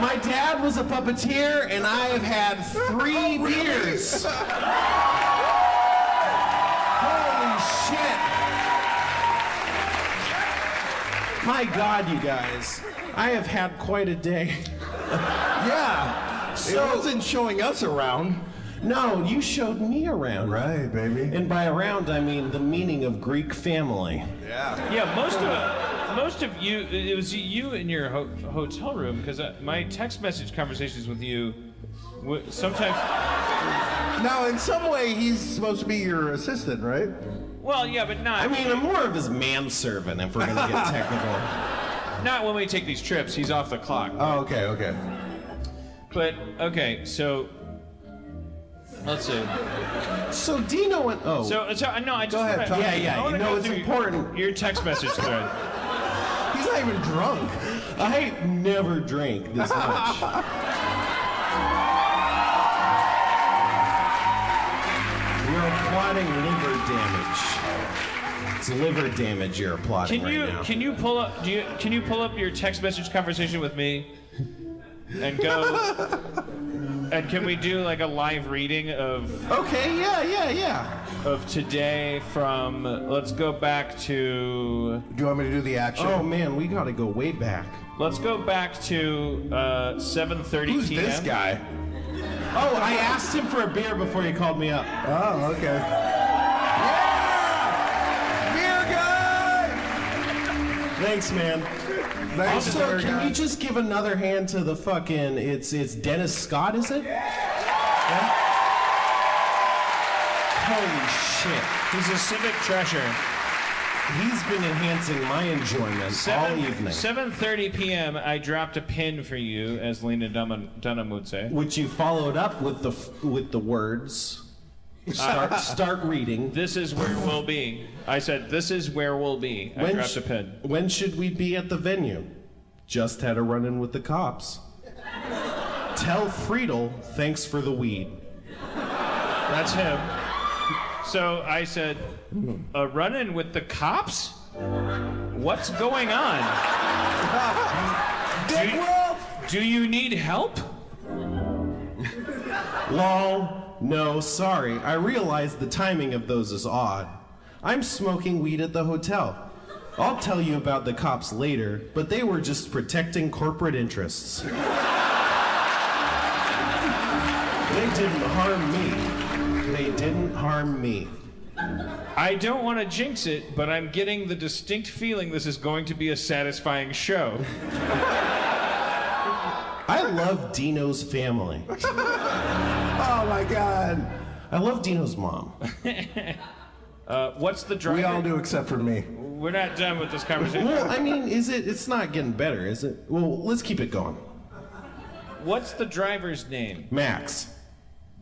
[SPEAKER 9] My dad was a puppeteer, and I have had three beers. Holy shit! My God, you guys, I have had quite a day. yeah. So it wasn't showing us around. No, you showed me around. Right, baby. And by around, I mean the meaning of Greek family.
[SPEAKER 6] Yeah, most of most of you, it was you in your ho- hotel room because my text message conversations with you w- sometimes.
[SPEAKER 5] Now, in some way, he's supposed to be your assistant, right?
[SPEAKER 6] Well, yeah, but not.
[SPEAKER 5] I mean, I'm
[SPEAKER 9] more of his manservant if we're gonna get technical.
[SPEAKER 6] Not when we take these trips. He's off the clock.
[SPEAKER 5] Oh, okay, okay.
[SPEAKER 6] But okay, so let's see.
[SPEAKER 9] So Dino went. Oh.
[SPEAKER 6] So, so uh, no, I just.
[SPEAKER 9] ahead,
[SPEAKER 6] wanna,
[SPEAKER 9] talk. Yeah, yeah,
[SPEAKER 6] I wanna
[SPEAKER 9] you know,
[SPEAKER 6] go
[SPEAKER 9] it's
[SPEAKER 6] through
[SPEAKER 9] important.
[SPEAKER 6] Your text message thread.
[SPEAKER 9] He's not even drunk. I never drink this much. You're applauding liver damage. It's liver damage you're applauding
[SPEAKER 6] Can
[SPEAKER 9] right
[SPEAKER 6] you
[SPEAKER 9] now.
[SPEAKER 6] can you pull up? Do you can you pull up your text message conversation with me, and go, and can we do like a live reading of?
[SPEAKER 9] Okay, yeah, yeah, yeah.
[SPEAKER 6] Of today from let's go back to.
[SPEAKER 5] Do you want me to do the action?
[SPEAKER 9] Oh man, we gotta go way back.
[SPEAKER 6] Let's go back to uh, 7:30
[SPEAKER 9] Who's
[SPEAKER 6] p.m.
[SPEAKER 9] this guy? Oh, I asked him for a beer before he called me up.
[SPEAKER 5] Oh, okay.
[SPEAKER 9] Beer guy! Thanks, man.
[SPEAKER 5] Thanks,
[SPEAKER 9] also,
[SPEAKER 5] beer
[SPEAKER 9] can
[SPEAKER 5] guy.
[SPEAKER 9] you just give another hand to the fucking? It's it's Dennis Scott, is it? Holy shit!
[SPEAKER 6] He's a civic treasure.
[SPEAKER 9] He's been enhancing my enjoyment
[SPEAKER 6] Seven-
[SPEAKER 9] all evening.
[SPEAKER 6] 7:30 p.m. I dropped a pin for you, as Lena Dunham, Dunham would say.
[SPEAKER 9] Which you followed up with the f- with the words. Start start reading.
[SPEAKER 6] This is where we'll be. I said, "This is where we'll be." I dropped
[SPEAKER 9] sh-
[SPEAKER 6] a pin.
[SPEAKER 9] when should we be at the venue? Just had a run in with the cops. Tell Friedel thanks for the weed.
[SPEAKER 6] That's him. So I said, "A run-in with the cops? What's going on?
[SPEAKER 9] Dick Wolf!
[SPEAKER 6] Do you need help?"
[SPEAKER 9] Lol, no, sorry. I realize the timing of those is odd. I'm smoking weed at the hotel. I'll tell you about the cops later, but they were just protecting corporate interests. they didn't harm me. They didn't harm me.
[SPEAKER 6] I don't want to jinx it, but I'm getting the distinct feeling this is going to be a satisfying show.
[SPEAKER 9] I love Dino's family.
[SPEAKER 5] Oh my God.
[SPEAKER 9] I love Dino's mom.
[SPEAKER 6] Uh, what's the driver?
[SPEAKER 5] We all do except for me.
[SPEAKER 6] We're not done with this conversation.
[SPEAKER 9] Well, I mean, is it? It's not getting better, is it? Well, let's keep it going.
[SPEAKER 6] What's the driver's name?
[SPEAKER 9] Max.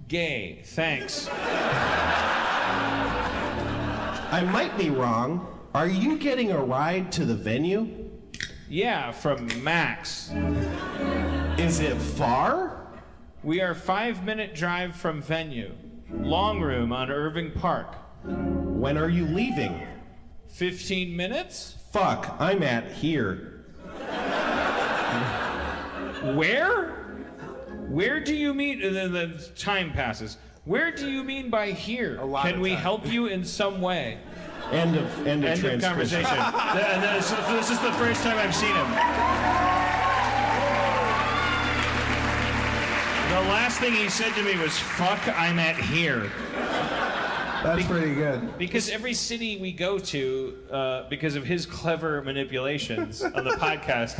[SPEAKER 6] Gay. Thanks.
[SPEAKER 9] I might be wrong. Are you getting a ride to the venue?
[SPEAKER 6] Yeah, from Max.
[SPEAKER 9] Is it far?
[SPEAKER 6] We are five minute drive from venue. Long room on Irving Park.
[SPEAKER 9] When are you leaving?
[SPEAKER 6] 15 minutes?
[SPEAKER 9] Fuck, I'm at here.
[SPEAKER 6] Where? Where do you mean? And then the time passes. Where do you mean by here?
[SPEAKER 5] lot
[SPEAKER 6] Can
[SPEAKER 5] of
[SPEAKER 6] we
[SPEAKER 5] time.
[SPEAKER 6] help you in some way?
[SPEAKER 9] End of
[SPEAKER 6] End
[SPEAKER 9] end of
[SPEAKER 6] of
[SPEAKER 9] transcription.
[SPEAKER 6] conversation. Th- and this, this is the first time I've seen him. The last thing he said to me was, fuck, I'm at here.
[SPEAKER 5] That's pretty good.
[SPEAKER 6] Because every city we go to, uh, because of his clever manipulations on the podcast, uh,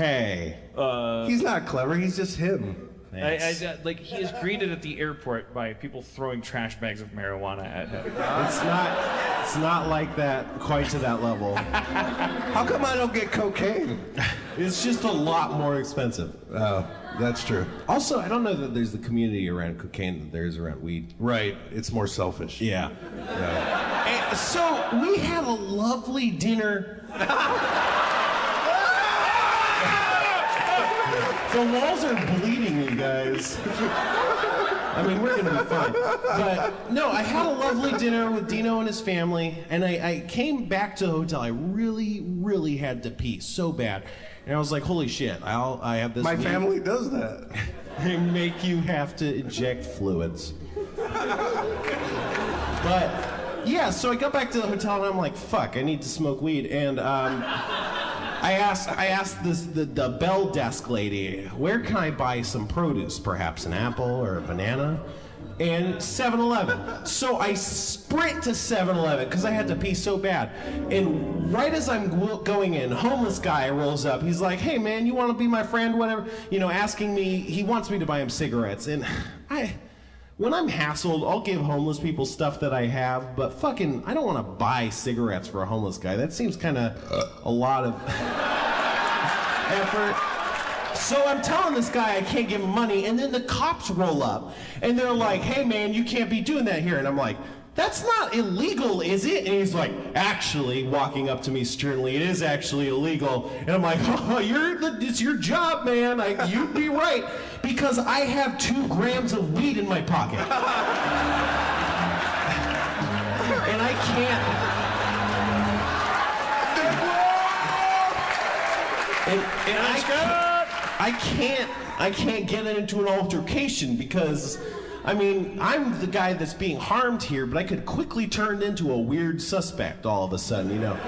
[SPEAKER 9] Hey.
[SPEAKER 5] He's not clever. He's just him.
[SPEAKER 6] I, I, uh, like he is greeted at the airport by people throwing trash bags of marijuana at him.
[SPEAKER 9] It's not it's not like that quite to that level.
[SPEAKER 5] How come I don't get cocaine?
[SPEAKER 9] It's just a lot more expensive.
[SPEAKER 5] Oh, that's true.
[SPEAKER 9] Also, I don't know that there's the community around cocaine that there is around weed.
[SPEAKER 5] Right. It's more selfish.
[SPEAKER 9] Yeah. And so we had a lovely dinner. guys. I mean, we're gonna be fine. But no, I had a lovely dinner with Dino and his family, and I, I came back to the hotel. I really, really had to pee so bad, and I was like, "Holy shit! I'll I have this."
[SPEAKER 5] My family
[SPEAKER 9] does that. they make you have to inject fluids. But yeah, so I got back to the hotel and I'm like, fuck, I need to smoke weed. And um, I asked, I asked this, the, the bell desk lady, where can I buy some produce? Perhaps an apple or a banana? And 7 Eleven. So I sprint to 7 Eleven because I had to pee so bad. And right as I'm w- going in, homeless guy rolls up. He's like, hey man, you want to be my friend? Whatever. You know, asking me, he wants me to buy him cigarettes. And I. When I'm hassled, I'll give homeless people stuff that I have, but fucking, I don't want to buy cigarettes for a homeless guy. That seems kind of a lot of effort. So I'm telling this guy I can't give him money, and then the cops roll up, and they're like, hey man, you can't be doing that here. And I'm like, that's not illegal, is it? And he's like, actually, walking up to me sternly, it is actually illegal. And I'm like, oh, you're the, it's your job, man. Like, you'd be right because I have two grams of weed in my pocket, and I can't. And, and I, can't, I can't I can't get into an altercation because I mean I'm the guy that's being harmed here, but I could quickly turn into a weird suspect all of a sudden, you know,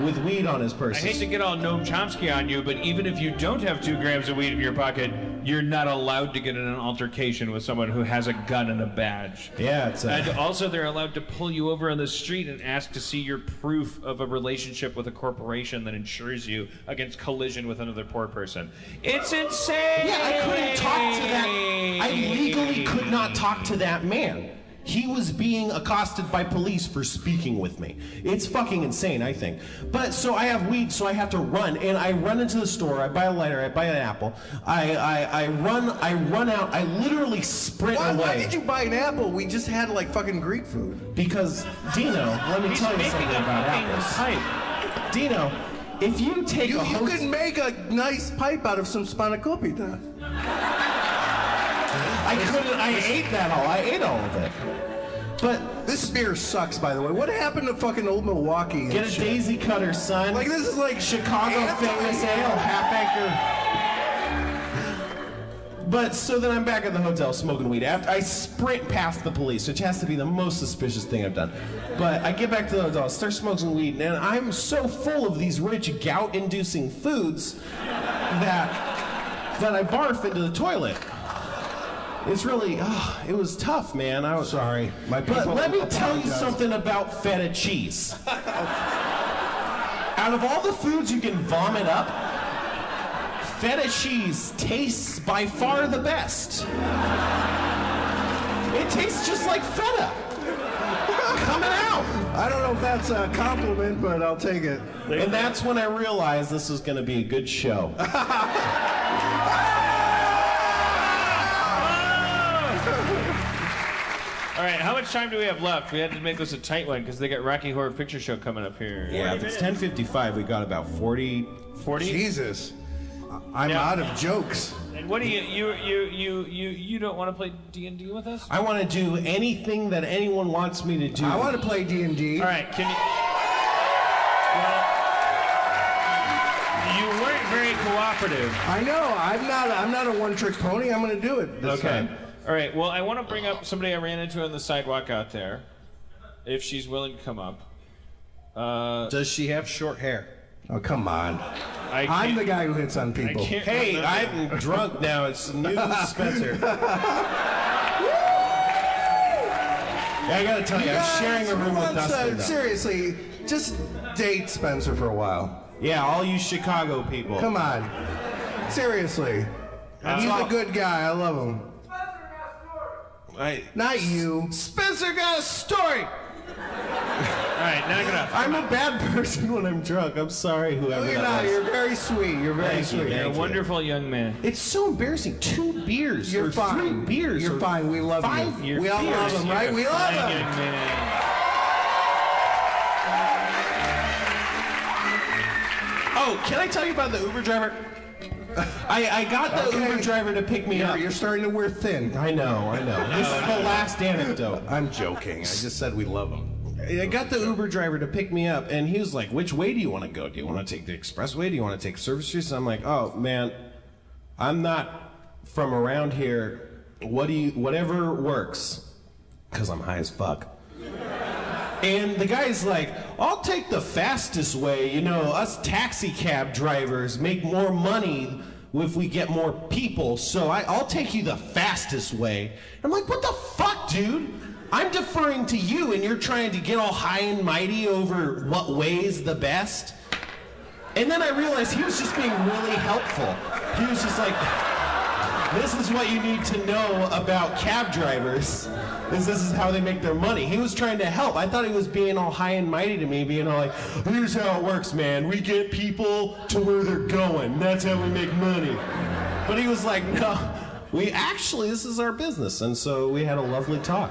[SPEAKER 9] with weed on his
[SPEAKER 4] I
[SPEAKER 9] person.
[SPEAKER 4] hate to get all Noam Chomsky on you, but even if you don't have two grams of weed in your pocket, you're not allowed to get in an altercation with someone who has a gun and a badge.
[SPEAKER 9] Yeah, it's uh, a-
[SPEAKER 4] and also they're allowed to pull you over on the street and ask to see your proof of a relationship with a corporation that insures you against collision with another poor person. It's insane.
[SPEAKER 9] Yeah, I couldn't talk to that. I legally could not talk to that man. He was being accosted by police for speaking with me. It's fucking insane, I think. But so I have weed, so I have to run, and I run into the store. I buy a lighter. I buy an apple. I I, I run. I run out. I literally sprint
[SPEAKER 5] Why,
[SPEAKER 9] away.
[SPEAKER 5] why did you buy an apple? We just had like fucking Greek food.
[SPEAKER 9] Because Dino, let me
[SPEAKER 5] He's
[SPEAKER 9] tell you
[SPEAKER 5] making
[SPEAKER 9] something
[SPEAKER 5] a
[SPEAKER 9] about
[SPEAKER 5] fucking
[SPEAKER 9] apples.
[SPEAKER 5] pipe.
[SPEAKER 9] Dino, if you take
[SPEAKER 5] you,
[SPEAKER 9] a
[SPEAKER 5] you
[SPEAKER 9] hoax-
[SPEAKER 5] could make a nice pipe out of some spanakopita.
[SPEAKER 9] I couldn't. I ate that all. I ate all of it. But
[SPEAKER 5] this beer sucks, by the way. What happened to fucking old Milwaukee? and
[SPEAKER 9] Get a
[SPEAKER 5] shit?
[SPEAKER 9] daisy cutter, son.
[SPEAKER 5] Like this is like
[SPEAKER 9] Chicago
[SPEAKER 5] anti-
[SPEAKER 9] famous ale, half acre. But so then I'm back at the hotel smoking weed. After I sprint past the police, which has to be the most suspicious thing I've done. But I get back to the hotel, start smoking weed, and I'm so full of these rich gout-inducing foods that that I barf into the toilet. It's really, ah, it was tough, man. I was sorry. My but
[SPEAKER 5] people
[SPEAKER 9] let me tell you
[SPEAKER 5] apologize.
[SPEAKER 9] something about feta cheese. Out of all the foods you can vomit up, feta cheese tastes by far the best. It tastes just like feta. Coming out.
[SPEAKER 5] I don't know if that's a compliment, but I'll take it.
[SPEAKER 9] And that's when I realized this was going to be a good show.
[SPEAKER 4] All right, how much time do we have left? We had to make this a tight one because they got Rocky Horror Picture Show coming up here.
[SPEAKER 9] Yeah, if it's 10:55, we got about 40.
[SPEAKER 4] 40?
[SPEAKER 9] Jesus,
[SPEAKER 5] I'm
[SPEAKER 4] Yeah.
[SPEAKER 5] out of jokes.
[SPEAKER 4] And what do you you you you you you don't want to play D and D with us?
[SPEAKER 9] I want to do anything that anyone wants me to do. I want
[SPEAKER 5] to play D and D.
[SPEAKER 4] All right, can you? Well, you weren't very cooperative.
[SPEAKER 5] I know. I'm not. I'm not a one-trick pony. I'm going to do it. This
[SPEAKER 4] okay.
[SPEAKER 5] Time.
[SPEAKER 4] All right. Well, I want to bring up somebody I ran into on the sidewalk out there, if she's willing to come up. Uh,
[SPEAKER 9] Does she have short hair?
[SPEAKER 5] Oh come on.
[SPEAKER 4] I
[SPEAKER 5] I'm
[SPEAKER 4] can't-
[SPEAKER 5] the guy who hits on people.
[SPEAKER 4] can't
[SPEAKER 9] Hey, I'm drunk now. It's new Spencer. Yeah, I gotta tell you,
[SPEAKER 5] Guys,
[SPEAKER 9] I'm sharing a room with
[SPEAKER 5] once, uh,
[SPEAKER 9] Dustin. though.
[SPEAKER 5] seriously, just date Spencer for a while.
[SPEAKER 9] Yeah, all you Chicago people.
[SPEAKER 5] Come on. Seriously.
[SPEAKER 9] That's
[SPEAKER 5] He's
[SPEAKER 9] all-
[SPEAKER 5] a good guy. I love him.
[SPEAKER 9] I,
[SPEAKER 5] Not you.
[SPEAKER 9] Spencer got a story.
[SPEAKER 4] All right, knock it off.
[SPEAKER 9] I'm a bad person when I'm drunk. I'm sorry, whoever.
[SPEAKER 5] No, you're not.
[SPEAKER 9] that was.
[SPEAKER 5] You're very sweet. You're very
[SPEAKER 9] Thank you,
[SPEAKER 5] sweet.
[SPEAKER 9] thank
[SPEAKER 4] You're a wonderful young man.
[SPEAKER 9] It's so embarrassing. Two beers.
[SPEAKER 5] You're
[SPEAKER 9] or
[SPEAKER 5] fine.
[SPEAKER 9] Three beers.
[SPEAKER 5] You're
[SPEAKER 9] or
[SPEAKER 5] fine. We love
[SPEAKER 9] five
[SPEAKER 5] you. We
[SPEAKER 9] beers.
[SPEAKER 5] all love him, right? We love
[SPEAKER 4] Fine
[SPEAKER 5] him.
[SPEAKER 4] young man.
[SPEAKER 9] Oh, can I tell you about the Uber driver? I, I got the Uber driver to pick me
[SPEAKER 5] You're-
[SPEAKER 9] up.
[SPEAKER 5] you're
[SPEAKER 9] starting to wear thin. I know, I know. this is the last anecdote.
[SPEAKER 5] I'm joking. I just said we love him.
[SPEAKER 9] I got the Uber driver to pick me up, and he was like, "Which way do you want to go? Do you want to take the expressway? Do you want to take Service Street?" So I'm like, "Oh man, I'm not from around here. What do you? Whatever works, because I'm high as fuck." And the guy's like, I'll take the fastest way. You know, us taxi cab drivers make more money if we get more people, so I, I'll take you the fastest way. I'm like, what the fuck, dude? I'm deferring to you, and you're trying to get all high and mighty over what way's the best. And then I realized he was just being really helpful. He was just like, this is what you need to know about cab drivers is this is how they make their money he was trying to help i thought he was being all high and mighty to me being all like here's how it works man we get people to where they're going that's how we make money but he was like no we actually this is our business and so we had a lovely talk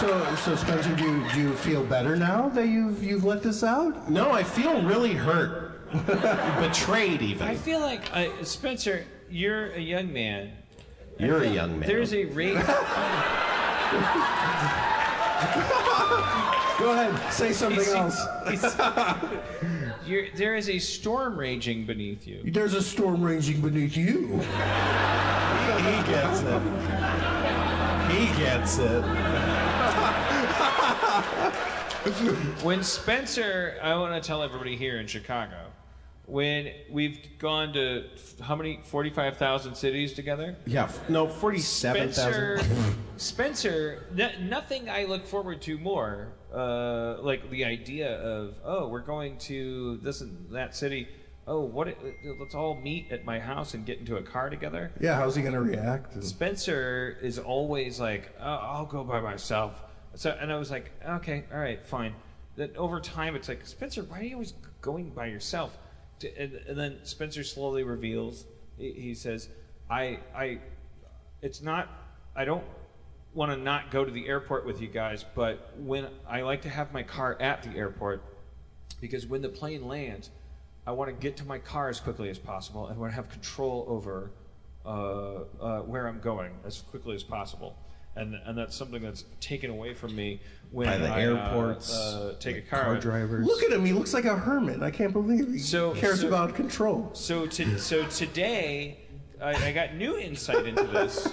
[SPEAKER 5] So, so Spencer, do you, do you feel better now that you've you've let this out?
[SPEAKER 9] No, I feel really hurt, betrayed even.
[SPEAKER 6] I feel like uh, Spencer, you're a young man.
[SPEAKER 9] you're a young man
[SPEAKER 6] There's a rate.
[SPEAKER 5] Go ahead, say something
[SPEAKER 6] It's-
[SPEAKER 5] else.
[SPEAKER 6] You're, there is a storm raging beneath you.
[SPEAKER 5] There's a storm raging beneath you.
[SPEAKER 9] he gets it he gets it
[SPEAKER 6] when Spencer, I want to tell everybody here in Chicago, when we've gone to f- how many forty-five thousand cities together.
[SPEAKER 9] yeah f- no 47000
[SPEAKER 6] Spencer, Spencer, n- nothing I look forward to more. Uh, like the idea of oh, we're going to this and that city. Oh, what? It, let's all meet at my house and get into a car together.
[SPEAKER 5] Yeah, how's he gonna react?
[SPEAKER 6] Spencer is always like, oh, I'll go by myself. So, and I was like, okay, all right, fine. Then over time, it's like, Spencer, why are you always going by yourself? To, and, and then Spencer slowly reveals, he, he says, I, I, it's not, I don't want to not go to the airport with you guys, but when I like to have my car at the airport, because when the plane lands, I want to get to my car as quickly as possible and want to have control over uh, uh, where I'm going as quickly as possible. And, and that's something that's taken away from me when
[SPEAKER 9] By the
[SPEAKER 6] I, uh,
[SPEAKER 9] airports,
[SPEAKER 6] uh, take a car,
[SPEAKER 9] car drivers
[SPEAKER 5] Look at him. He looks like a hermit. I can't believe he
[SPEAKER 6] So-
[SPEAKER 5] cares
[SPEAKER 6] so-
[SPEAKER 5] about control.
[SPEAKER 6] So to, so today, I, I got new insight into this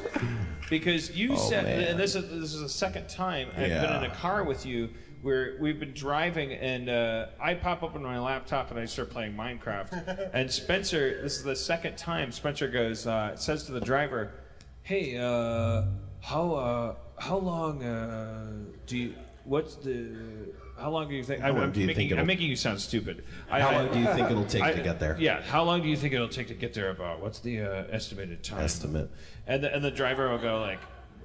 [SPEAKER 6] because you
[SPEAKER 5] Oh,
[SPEAKER 6] said,
[SPEAKER 5] man.
[SPEAKER 6] and this is this is the second time I've
[SPEAKER 5] Yeah.
[SPEAKER 6] been in a car with you where we've been driving, and uh, I pop up on my laptop and I start playing Minecraft, and Spencer, this is the second time Spencer goes uh, says to the driver, "Hey, uh, how uh, how long uh, do you what's the how long do you think
[SPEAKER 9] How long do you
[SPEAKER 6] making,
[SPEAKER 9] think it'll-
[SPEAKER 6] I'm making you sound stupid. I-
[SPEAKER 9] How
[SPEAKER 6] I-
[SPEAKER 9] long do you think it'll take to
[SPEAKER 6] I-
[SPEAKER 9] get there?
[SPEAKER 6] Yeah, how long do you think it'll take to get there? About what's the uh, estimated time?
[SPEAKER 9] estimate
[SPEAKER 6] And the, and the driver will go like,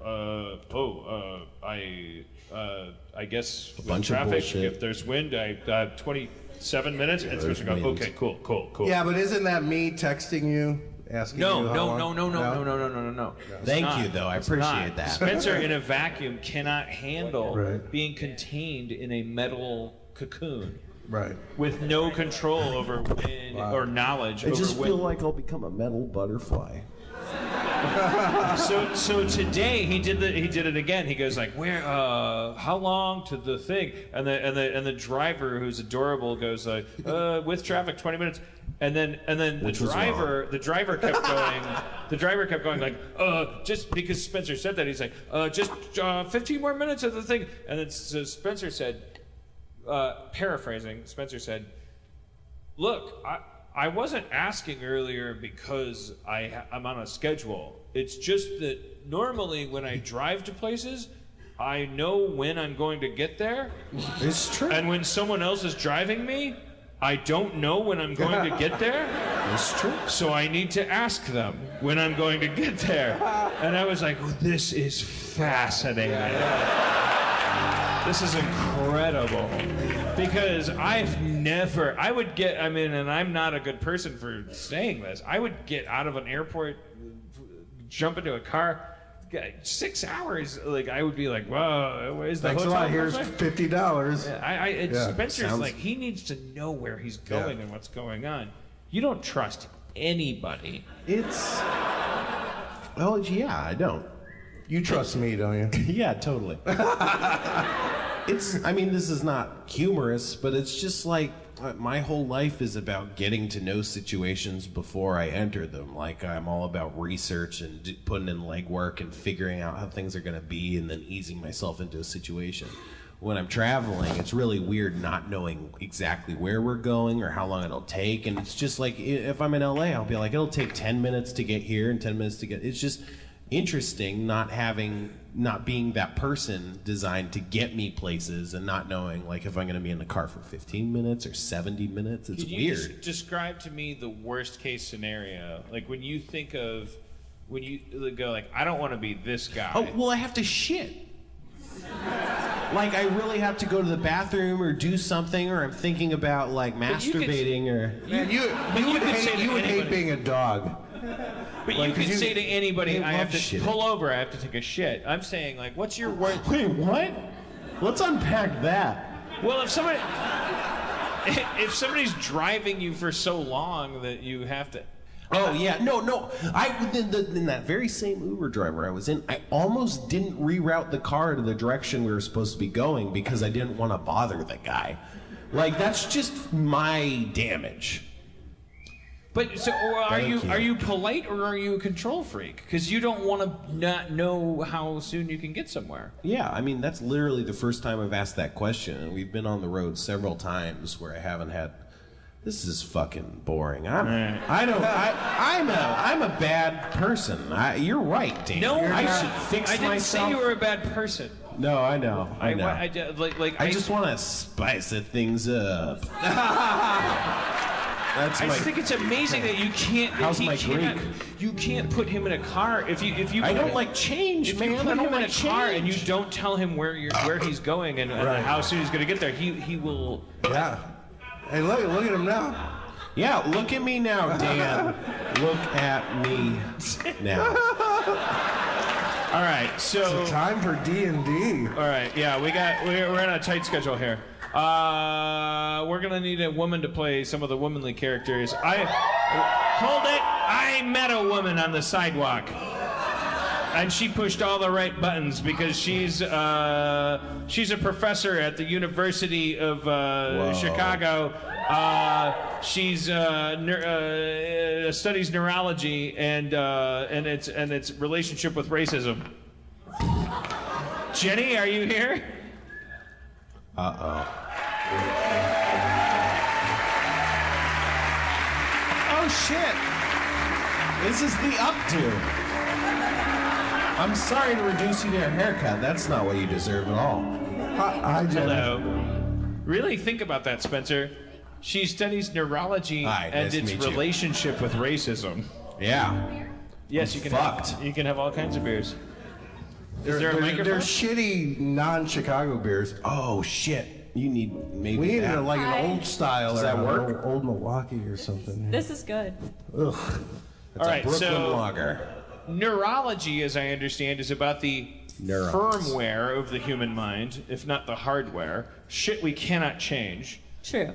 [SPEAKER 6] uh, oh, uh, I uh, I guess with
[SPEAKER 9] bunch of
[SPEAKER 6] traffic,
[SPEAKER 9] bullshit.
[SPEAKER 6] if there's wind, I uh, 27 minutes. and
[SPEAKER 9] there's
[SPEAKER 6] Spencer goes,
[SPEAKER 9] wind.
[SPEAKER 6] okay, cool, cool, cool.
[SPEAKER 5] Yeah, but isn't that me texting you, asking
[SPEAKER 6] No,
[SPEAKER 5] you how
[SPEAKER 6] no,
[SPEAKER 5] long?
[SPEAKER 6] no, no, no, no, no, no, no, no, no. It's
[SPEAKER 9] Thank
[SPEAKER 6] not.
[SPEAKER 9] you, though. I
[SPEAKER 6] It's not.
[SPEAKER 9] appreciate that.
[SPEAKER 6] Spencer in a vacuum cannot handle
[SPEAKER 9] Right.
[SPEAKER 6] being contained in a metal cocoon
[SPEAKER 5] Right.
[SPEAKER 6] with no control over wind or knowledge
[SPEAKER 9] I
[SPEAKER 6] over
[SPEAKER 9] just
[SPEAKER 6] wind.
[SPEAKER 9] feel like I'll become a metal butterfly.
[SPEAKER 6] so so today he did the he did it again. He goes like, "Where? Uh, how long to the thing?" And the and the and the driver who's adorable goes like, uh, "With traffic, twenty minutes." And then and then
[SPEAKER 9] Which
[SPEAKER 6] the
[SPEAKER 9] was
[SPEAKER 6] driver the driver kept going the driver kept going like, "Uh, just because Spencer said that, he's like, uh, just uh, fifteen more minutes of the thing." And then so Spencer said, uh, paraphrasing, Spencer said, look, I, I wasn't asking earlier because I, ha- I'm on a schedule. It's just that normally when I drive to places, I know when I'm going to get there.
[SPEAKER 9] It's true.
[SPEAKER 6] And when someone else is driving me, I don't know when I'm going to get there.
[SPEAKER 9] It's true.
[SPEAKER 6] So I need to ask them when I'm going to get there. And I was like, well, this is fascinating. This is incredible. Because I've never, I would get, I mean, and I'm not a good person for saying this, I would get out of an airport, jump into a car. Six hours, like I would be like, "Whoa, where's the
[SPEAKER 5] Thanks a
[SPEAKER 6] hotel?"
[SPEAKER 5] lot. Here's fifty dollars.
[SPEAKER 6] Yeah, I, I it's
[SPEAKER 5] Yeah.
[SPEAKER 6] Spencer's
[SPEAKER 5] Sounds-
[SPEAKER 6] like he needs to know where he's going and what's going on. You don't trust
[SPEAKER 11] anybody.
[SPEAKER 9] It's. Well, yeah, I don't.
[SPEAKER 5] You trust me, don't you?
[SPEAKER 9] yeah, totally. it's. I mean, this is not humorous, but it's just like uh, my whole life is about getting to know situations before I enter them. Like I'm all about research and d- putting in legwork and figuring out how things are going to be, and then easing myself into a situation. When I'm traveling, it's really weird not knowing exactly where we're going or how long it'll take. And it's just like i- if I'm in LA, I'll be like, it'll take 10 minutes to get here and 10 minutes to get. It's just interesting not having not being that person designed to get me places and not knowing like if I'm going to be in the car for 15 minutes or 70 minutes. It's
[SPEAKER 6] Could you
[SPEAKER 9] weird.
[SPEAKER 6] des- describe to me the worst case scenario. Like when you think of when you go like, I don't want to be this guy.
[SPEAKER 9] Oh, well, I have to shit. like I really have to go to the bathroom or do something or I'm thinking about like
[SPEAKER 6] But you could-
[SPEAKER 9] masturbating or
[SPEAKER 6] Man, you- but you you would could hate- say to you would hate anybody-
[SPEAKER 5] being a dog.
[SPEAKER 6] But
[SPEAKER 9] Like,
[SPEAKER 6] you
[SPEAKER 9] could
[SPEAKER 6] can
[SPEAKER 9] you-
[SPEAKER 6] say to anybody,
[SPEAKER 9] They
[SPEAKER 6] I
[SPEAKER 9] love
[SPEAKER 6] have to
[SPEAKER 9] shit.
[SPEAKER 6] pull over. I have to take a shit. I'm saying like, what's your worst?
[SPEAKER 9] Wait, what? Let's unpack that.
[SPEAKER 6] Well, if somebody, if somebody's driving you for so long that you have to.
[SPEAKER 9] Oh yeah, no, no. I in, the, in that very same Uber driver I was in, I almost didn't reroute the car to the direction we were supposed to be going because I didn't want to bother the guy. Like that's just my damage.
[SPEAKER 6] But so or are
[SPEAKER 9] Thank
[SPEAKER 6] you,
[SPEAKER 9] you.
[SPEAKER 6] are you polite or are you a control freak? Because you don't want to not know how soon you can get somewhere.
[SPEAKER 9] Yeah, I mean that's literally the first time I've asked that question, and we've been on the road several times where I haven't had. This is fucking boring. I'm, I don't. I, I'm a. I'm a bad person. I, you're right, Dan.
[SPEAKER 6] No,
[SPEAKER 9] I
[SPEAKER 6] you're
[SPEAKER 9] should
[SPEAKER 6] not.
[SPEAKER 9] fix
[SPEAKER 6] I didn't
[SPEAKER 9] myself.
[SPEAKER 6] say you were a bad person.
[SPEAKER 9] no, I know. I know.
[SPEAKER 6] I, d- like like
[SPEAKER 9] I, just want to spice the things up. That's
[SPEAKER 6] I
[SPEAKER 9] my.
[SPEAKER 6] just think it's amazing that you can't. that
[SPEAKER 9] How's
[SPEAKER 6] he
[SPEAKER 9] my
[SPEAKER 6] cannot-
[SPEAKER 9] Greek?
[SPEAKER 6] You can't put him in a car if you if you.
[SPEAKER 9] I
[SPEAKER 6] put
[SPEAKER 9] don't
[SPEAKER 6] him-
[SPEAKER 9] like change,
[SPEAKER 6] if
[SPEAKER 9] man.
[SPEAKER 6] You put
[SPEAKER 9] I
[SPEAKER 6] him
[SPEAKER 9] don't
[SPEAKER 6] in
[SPEAKER 9] like
[SPEAKER 6] a car and you don't tell him where you're where he's going and, and
[SPEAKER 9] Right.
[SPEAKER 6] how soon he's going to get there. He he will.
[SPEAKER 5] Yeah. Hey, look look at him now.
[SPEAKER 9] Yeah, look at me now, Dan. look at me now.
[SPEAKER 6] All right, so
[SPEAKER 5] time for D and D.
[SPEAKER 6] All right, yeah, we got we're, we're on a tight schedule here. Uh, we're gonna need a woman to play some of the womanly characters. I hold it. I met a woman on the sidewalk, and she pushed all the right buttons because she's uh, she's a professor at the University of uh,
[SPEAKER 9] Whoa.
[SPEAKER 6] Chicago. Uh, she's uh, neur- uh, studies neurology and uh, and its and its relationship with racism. Jenny, are you here?
[SPEAKER 9] Uh
[SPEAKER 6] Oh shit!
[SPEAKER 9] oh. This is the updo. I'm sorry to reduce you to a haircut. That's not what you deserve at all.
[SPEAKER 5] Hi,
[SPEAKER 6] Hello. Really think about that, Spencer. She studies neurology
[SPEAKER 9] Hi, nice
[SPEAKER 6] and
[SPEAKER 9] to
[SPEAKER 6] its
[SPEAKER 9] meet you.
[SPEAKER 6] relationship with racism.
[SPEAKER 9] Yeah.
[SPEAKER 6] Yes,
[SPEAKER 9] I'm
[SPEAKER 6] you can.
[SPEAKER 9] fucked.
[SPEAKER 6] Have, you can have all kinds of beers.
[SPEAKER 5] They're,
[SPEAKER 6] Is there a
[SPEAKER 5] they're-
[SPEAKER 6] microphone?
[SPEAKER 5] they're shitty non-Chicago beers.
[SPEAKER 9] Oh shit. You need maybe.
[SPEAKER 5] We needed
[SPEAKER 9] that.
[SPEAKER 5] a, like
[SPEAKER 12] Hi.
[SPEAKER 5] an old style
[SPEAKER 9] Does
[SPEAKER 5] or
[SPEAKER 9] that
[SPEAKER 5] an
[SPEAKER 9] work?
[SPEAKER 5] Old, old Milwaukee or something.
[SPEAKER 12] This is good.
[SPEAKER 5] Ugh.
[SPEAKER 9] That's
[SPEAKER 6] All
[SPEAKER 9] a
[SPEAKER 6] right,
[SPEAKER 9] Brooklyn
[SPEAKER 6] so-
[SPEAKER 9] lager.
[SPEAKER 6] Neurology, as I understand, is about the
[SPEAKER 9] Neurons.
[SPEAKER 6] firmware of the human mind, if not the hardware. Shit, we cannot change.
[SPEAKER 12] True.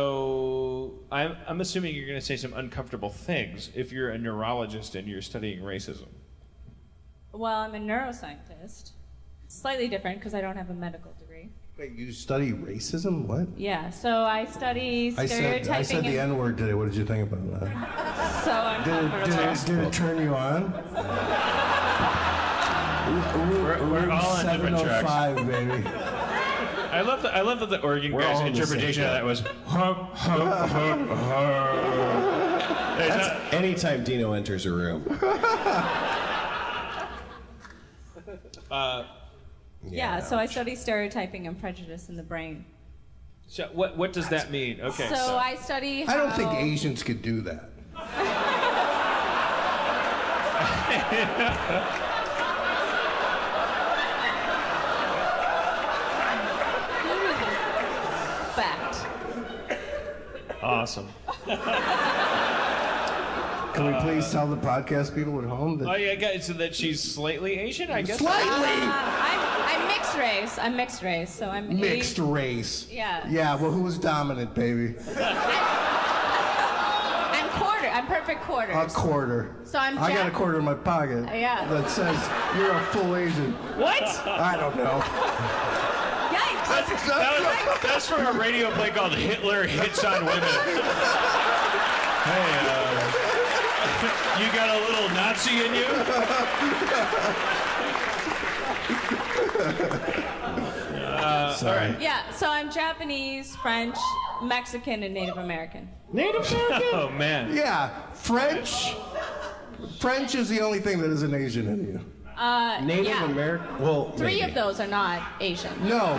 [SPEAKER 6] So I'm, I'm assuming you're going to say some uncomfortable things if you're a neurologist and you're studying racism.
[SPEAKER 12] Well, I'm a neuroscientist. Slightly different because I don't have a medical degree.
[SPEAKER 5] Wait, you study racism? What?
[SPEAKER 12] Yeah, so I study
[SPEAKER 5] I
[SPEAKER 12] stereotyping.
[SPEAKER 5] said I said the
[SPEAKER 12] and-
[SPEAKER 5] N word today. What did you think about that?
[SPEAKER 12] So I'm
[SPEAKER 5] Did it, did it, did it turn you on?
[SPEAKER 6] We're, we're all on different tracks.
[SPEAKER 5] 705, baby.
[SPEAKER 6] I love that. I love that the Oregon
[SPEAKER 9] We're all
[SPEAKER 6] guy's
[SPEAKER 9] on the same
[SPEAKER 6] interpretation of
[SPEAKER 9] track.
[SPEAKER 6] that was hump hump hump hump. There's not-
[SPEAKER 9] That's anytime Dino enters a room.
[SPEAKER 12] Yeah, so I study stereotyping and prejudice in the brain.
[SPEAKER 6] so what what does that mean? Okay.
[SPEAKER 12] so, I study. How,
[SPEAKER 5] I don't think Asians could do that.
[SPEAKER 12] Fact.
[SPEAKER 6] awesome. Uh,
[SPEAKER 5] Can we please tell the podcast people at home
[SPEAKER 6] Oh
[SPEAKER 5] that
[SPEAKER 6] yeah, guys. So that she's slightly Asian, I guess. Ah!
[SPEAKER 12] Um,
[SPEAKER 5] slightly
[SPEAKER 12] I'm, I'm mixed race. I'm mixed race, so I'm eight-
[SPEAKER 5] mixed race?
[SPEAKER 12] Um, Yeah.
[SPEAKER 5] Yeah. Well, who was dominant, baby?
[SPEAKER 12] I'm quarter. I'm perfect quarters.
[SPEAKER 5] A quarter.
[SPEAKER 12] So I'm
[SPEAKER 5] I got a
[SPEAKER 12] Jack-
[SPEAKER 5] quarter in my pocket
[SPEAKER 12] Yeah.
[SPEAKER 5] that says you're a full Asian.
[SPEAKER 12] What?
[SPEAKER 5] I don't know.
[SPEAKER 12] Yikes!
[SPEAKER 6] That's, that- that's from a radio play called Hitler Hits on Women. Hey, uh, you got a little Nazi in you?
[SPEAKER 4] Uh,
[SPEAKER 6] Sorry.
[SPEAKER 4] all right.
[SPEAKER 12] Yeah, so I'm Japanese, French, Mexican, and Native American.
[SPEAKER 5] Native
[SPEAKER 12] American?
[SPEAKER 4] Oh man.
[SPEAKER 5] Yeah, French. French is the only thing that isn't Asian in you.
[SPEAKER 12] Uh, yeah.
[SPEAKER 5] American. Well,
[SPEAKER 12] Three of those are not Asian.
[SPEAKER 5] No. No.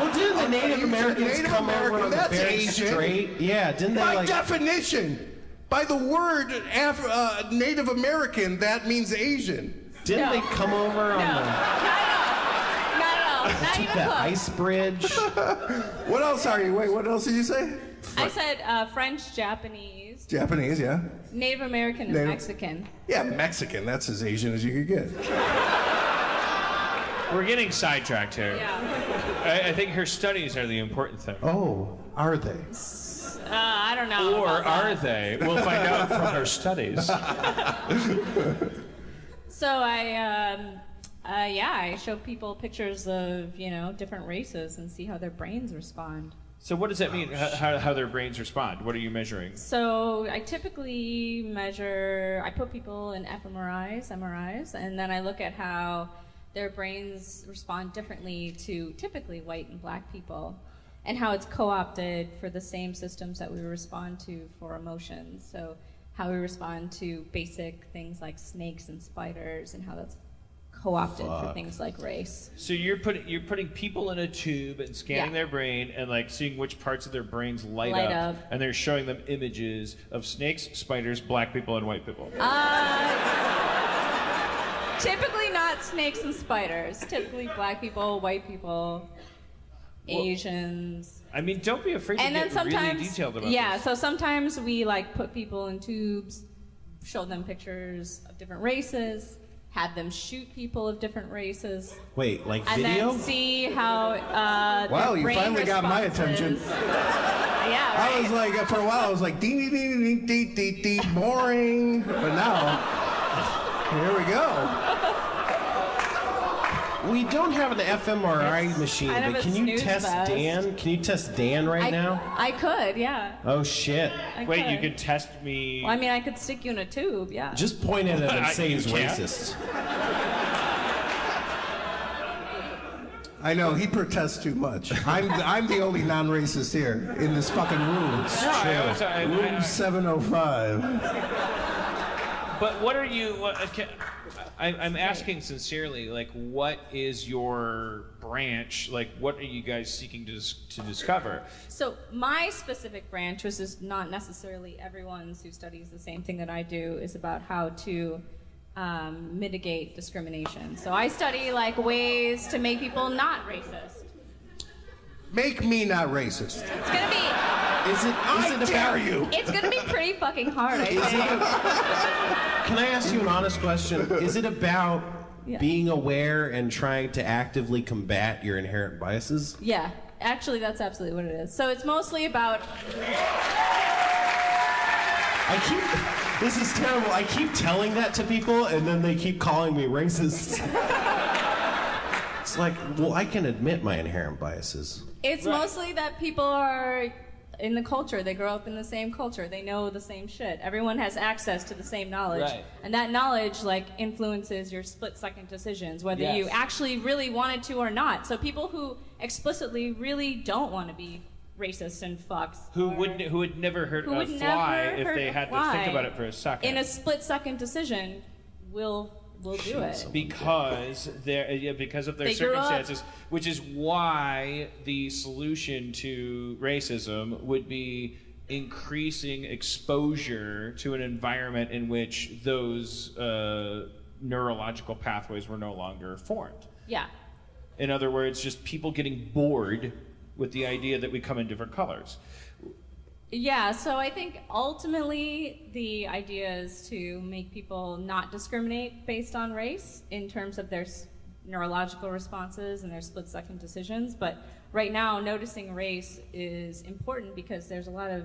[SPEAKER 9] Well, didn't the Native Americans
[SPEAKER 5] Native
[SPEAKER 9] come over
[SPEAKER 5] American,
[SPEAKER 9] on the
[SPEAKER 5] that's
[SPEAKER 9] Bering
[SPEAKER 5] Asian.
[SPEAKER 9] Strait? Yeah, didn't they,
[SPEAKER 5] By
[SPEAKER 9] like-
[SPEAKER 5] definition, by the word Af- uh, Native American, that means Asian.
[SPEAKER 9] Didn't No. they come over on No. the-
[SPEAKER 12] Not at all. Not even close.
[SPEAKER 5] bridge. what else are you? Wait, what else did you say?
[SPEAKER 12] I said uh, French, Japanese,
[SPEAKER 5] Japanese, yeah.
[SPEAKER 12] Native American, and
[SPEAKER 5] Native-
[SPEAKER 12] Mexican.
[SPEAKER 5] Yeah, Mexican. That's as Asian as you could get.
[SPEAKER 6] We're getting sidetracked here.
[SPEAKER 12] Yeah.
[SPEAKER 6] I, I think her studies are the important thing.
[SPEAKER 9] Oh, are they?
[SPEAKER 12] Uh, I don't know.
[SPEAKER 6] Or
[SPEAKER 12] about
[SPEAKER 6] are
[SPEAKER 12] that.
[SPEAKER 6] they? We'll find out from her studies.
[SPEAKER 12] So I, um, uh, yeah, I show people pictures of you know different races and see how their brains respond.
[SPEAKER 6] So what does that mean? H- how, how their brains respond? What are you measuring?
[SPEAKER 12] So I typically measure. I put people in fMRIs, MRIs, and then I look at how their brains respond differently to typically white and black people, and how it's co-opted for the same systems that we respond to for emotions. So how we respond to basic things like snakes and spiders, and how that's co-opted for
[SPEAKER 6] Fuck.
[SPEAKER 12] things like race.
[SPEAKER 6] So you're putting you're putting people in a tube and scanning
[SPEAKER 12] Yeah.
[SPEAKER 6] their brain and like seeing which parts of their brains light,
[SPEAKER 12] Light
[SPEAKER 6] up,
[SPEAKER 12] up.
[SPEAKER 6] and they're showing them images of snakes, spiders, black people, and white people.
[SPEAKER 12] Uh, Typically not snakes and spiders. Typically black people, white people,
[SPEAKER 6] Well,
[SPEAKER 12] Asians.
[SPEAKER 6] I mean, don't be afraid
[SPEAKER 12] and
[SPEAKER 6] to
[SPEAKER 12] then
[SPEAKER 6] get
[SPEAKER 12] sometimes
[SPEAKER 6] really detailed about
[SPEAKER 12] yeah,
[SPEAKER 6] this.
[SPEAKER 12] so sometimes we like put people in tubes, show them pictures of different races, have them shoot people of different races,
[SPEAKER 13] Wait, like
[SPEAKER 12] and
[SPEAKER 13] video?
[SPEAKER 12] then see how. Uh, their
[SPEAKER 5] Wow, you
[SPEAKER 12] brain
[SPEAKER 5] finally got my
[SPEAKER 12] response
[SPEAKER 5] attention.
[SPEAKER 12] is. yeah, right.
[SPEAKER 5] I was like, for a while, I was like, dee dee dee dee dee dee dee, boring. But now, here we go.
[SPEAKER 9] We don't have an fMRI machine,
[SPEAKER 12] kind of
[SPEAKER 9] but
[SPEAKER 12] a
[SPEAKER 9] can you
[SPEAKER 12] snooze
[SPEAKER 9] test
[SPEAKER 12] fest.
[SPEAKER 9] Dan? Can you test Dan right
[SPEAKER 12] I,
[SPEAKER 9] now?
[SPEAKER 12] I could, yeah.
[SPEAKER 9] Oh shit!
[SPEAKER 12] I Wait, you could. could
[SPEAKER 6] test me.
[SPEAKER 12] Well, I mean, I could stick you in a tube, yeah.
[SPEAKER 9] Just point at him and
[SPEAKER 6] I-
[SPEAKER 9] say
[SPEAKER 6] you
[SPEAKER 9] he's
[SPEAKER 6] can't.
[SPEAKER 9] racist.
[SPEAKER 5] I know he protests too much. I'm I'm the only non-racist here in this fucking room. It's
[SPEAKER 6] No, I
[SPEAKER 5] chill.
[SPEAKER 6] was- I- I-
[SPEAKER 5] room 705.
[SPEAKER 6] But what are you? What, I can't- I, I'm asking sincerely, like, what is your branch? Like, what are you guys seeking to dis- to discover?
[SPEAKER 12] So my specific branch, which is not necessarily everyone's who studies the same thing that I do, is about how to um, mitigate discrimination. So I study like ways to make people not racist.
[SPEAKER 5] Make me not racist.
[SPEAKER 12] It's gonna be.
[SPEAKER 9] Is it?
[SPEAKER 5] I dare you.
[SPEAKER 12] It's gonna be pretty fucking hard. I think.
[SPEAKER 9] Can I ask you an honest question? Is it about being aware and trying to actively combat your inherent biases?
[SPEAKER 12] yeah, actually, that's absolutely what it is. So it's mostly about.
[SPEAKER 9] I keep. This is terrible. I keep telling that to people, and then they keep calling me racist. it's like, well, I can admit my inherent biases.
[SPEAKER 12] It's mostly that people are in the culture. They grow up in the same culture. They know the same shit. Everyone has access to the same knowledge.
[SPEAKER 14] Right.
[SPEAKER 12] And that knowledge like influences your split second decisions whether you
[SPEAKER 14] Yes.
[SPEAKER 12] actually really wanted to or not. So people who explicitly really don't want to be racist and fucks
[SPEAKER 6] Who wouldn't? Who would never hurt
[SPEAKER 12] who
[SPEAKER 6] a
[SPEAKER 12] would
[SPEAKER 6] fly
[SPEAKER 12] never
[SPEAKER 6] if
[SPEAKER 12] hurt
[SPEAKER 6] they
[SPEAKER 12] a
[SPEAKER 6] had to
[SPEAKER 12] fly
[SPEAKER 6] think about it for a second?
[SPEAKER 12] in a split second decision will will do it.
[SPEAKER 6] because they're yeah, because of their
[SPEAKER 12] They grew up.
[SPEAKER 6] circumstances, which is why the solution to racism would be increasing exposure to an environment in which those uh, neurological pathways were no longer formed.
[SPEAKER 12] Yeah.
[SPEAKER 6] In other words, just people getting bored with the idea that we come in different colors.
[SPEAKER 12] Yeah, so I think ultimately the idea is to make people not discriminate based on race in terms of their s- neurological responses and their split second decisions. But right now, noticing race is important because there's a lot of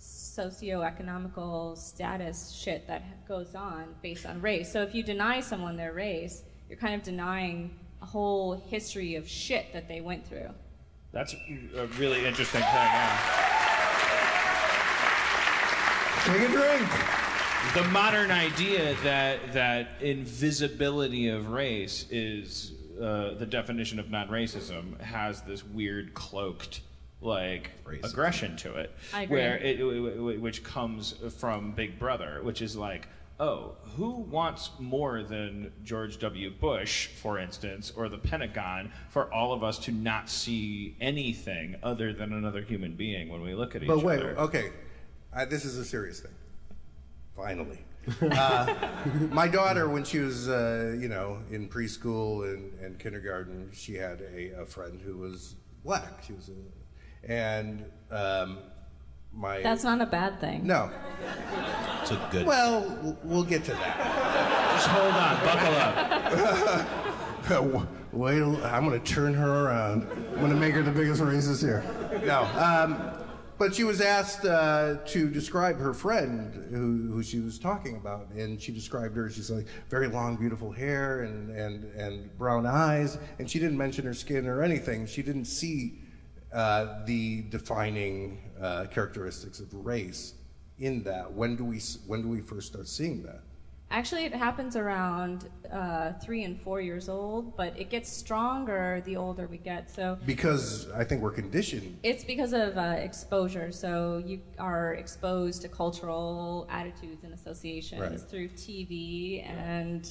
[SPEAKER 12] socioeconomical status shit that goes on based on race. So if you deny someone their race, you're kind of denying a whole history of shit that they went through.
[SPEAKER 6] That's a really interesting thing. Yeah.
[SPEAKER 5] Take a drink.
[SPEAKER 6] The modern idea that that invisibility of race is uh, the definition of non-racism has this weird cloaked like aggression to it,
[SPEAKER 4] I agree.
[SPEAKER 6] where it, w- w- which comes from Big Brother, which is like. Oh, who wants more than George W. Bush, for instance, or the Pentagon, for all of us to not see anything other than another human being when we look at each
[SPEAKER 5] But wait,
[SPEAKER 6] other?
[SPEAKER 5] okay. I, this is a serious thing. Finally. Uh, my daughter, when she was, uh, you know, in preschool and, and kindergarten, she had a, a friend who was black. She was a, and um, my.
[SPEAKER 12] That's not a bad thing.
[SPEAKER 5] No.
[SPEAKER 15] It's a
[SPEAKER 5] Well, w- we'll get to that.
[SPEAKER 6] Just hold on. Buckle up.
[SPEAKER 5] W- Wait, till- I'm going to turn her around. I'm going to make her the biggest racist here. No. Um, but she was asked uh, to describe her friend who, who she was talking about, and she described her. She's like very long, beautiful hair and, and, and brown eyes, and she didn't mention her skin or anything. She didn't see uh, the defining uh, characteristics of race in that. When do we s- when do we first start seeing that?
[SPEAKER 12] Actually, it happens around uh, three and four years old, but it gets stronger the older we get. So
[SPEAKER 5] Because I think we're conditioned
[SPEAKER 12] It's because of uh, exposure. So you are exposed to cultural attitudes and associations
[SPEAKER 5] Right.
[SPEAKER 12] through TV and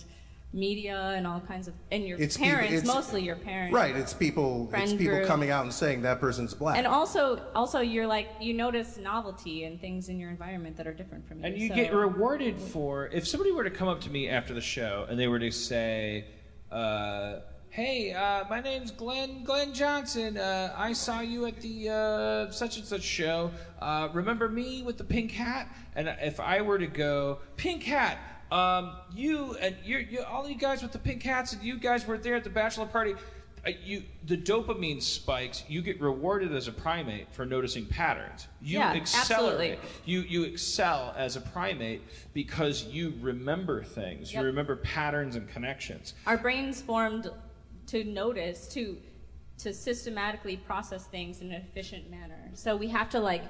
[SPEAKER 12] media and all kinds of, and your
[SPEAKER 5] It's peop-
[SPEAKER 12] parents,
[SPEAKER 5] it's-
[SPEAKER 12] mostly your parents.
[SPEAKER 5] Right, it's people.
[SPEAKER 12] Friend
[SPEAKER 5] it's people
[SPEAKER 12] group.
[SPEAKER 5] coming out and saying that person's black.
[SPEAKER 12] And also, also you're like you notice novelty and things in your environment that are different from you.
[SPEAKER 6] And you
[SPEAKER 12] so-
[SPEAKER 6] get rewarded for if somebody were to come up to me after the show and they were to say, uh, "Hey, uh, my name's Glenn Glenn Johnson. Uh, I saw you at the uh, such and such show. Uh, remember me with the pink hat?" And if I were to go, "Pink hat." Um, you and you're, you, all you guys with the pink hats, and you guys were there at the bachelor party. Uh, you, the dopamine spikes. You get rewarded as a primate for noticing patterns. You
[SPEAKER 12] Yeah,
[SPEAKER 6] accelerate.
[SPEAKER 12] absolutely.
[SPEAKER 6] You you excel as a primate because you remember things.
[SPEAKER 12] Yep.
[SPEAKER 6] You remember patterns and connections.
[SPEAKER 12] our brains formed to notice to to systematically process things in an efficient manner so we have to like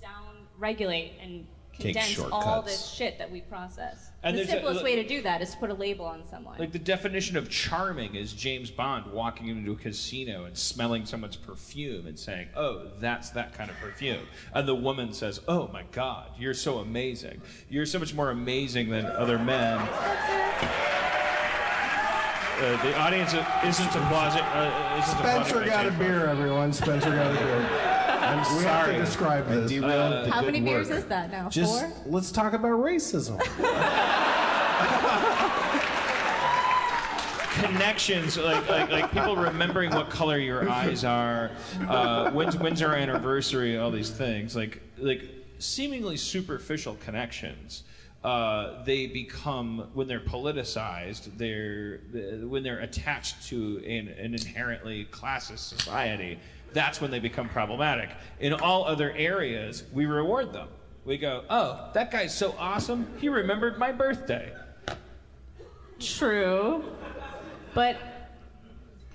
[SPEAKER 12] down regulate and
[SPEAKER 6] Take
[SPEAKER 12] condense all
[SPEAKER 6] shortcuts.
[SPEAKER 12] this shit that we process
[SPEAKER 6] And
[SPEAKER 12] the
[SPEAKER 6] there's a-
[SPEAKER 12] simplest way to do that is to put a label on someone
[SPEAKER 6] Like the definition of charming is James Bond walking into a casino and smelling someone's perfume and saying, "Oh, that's that kind of perfume." And the woman says, "Oh my god, you're so amazing. You're so much more amazing than other men." Uh, the audience isn't applauding. Uh, isn't applauding
[SPEAKER 5] Spencer
[SPEAKER 6] my
[SPEAKER 5] got a
[SPEAKER 6] take.
[SPEAKER 5] beer, everyone. Spencer got a beer. I'm
[SPEAKER 9] sorry.
[SPEAKER 5] we have to describe
[SPEAKER 9] I
[SPEAKER 5] this.
[SPEAKER 9] derailed Uh, the
[SPEAKER 12] how many beers is that now
[SPEAKER 9] Just
[SPEAKER 12] four
[SPEAKER 9] let's talk about racism.
[SPEAKER 6] connections, like, like like people remembering what color your eyes are, uh, when's when's our anniversary, all these things, like like seemingly superficial connections. Uh, they become when they're politicized. They're uh, when they're attached to an, an inherently classist society. That's when they become problematic. In all other areas, we reward them. We go, oh, that guy's so awesome. He remembered my birthday.
[SPEAKER 12] true but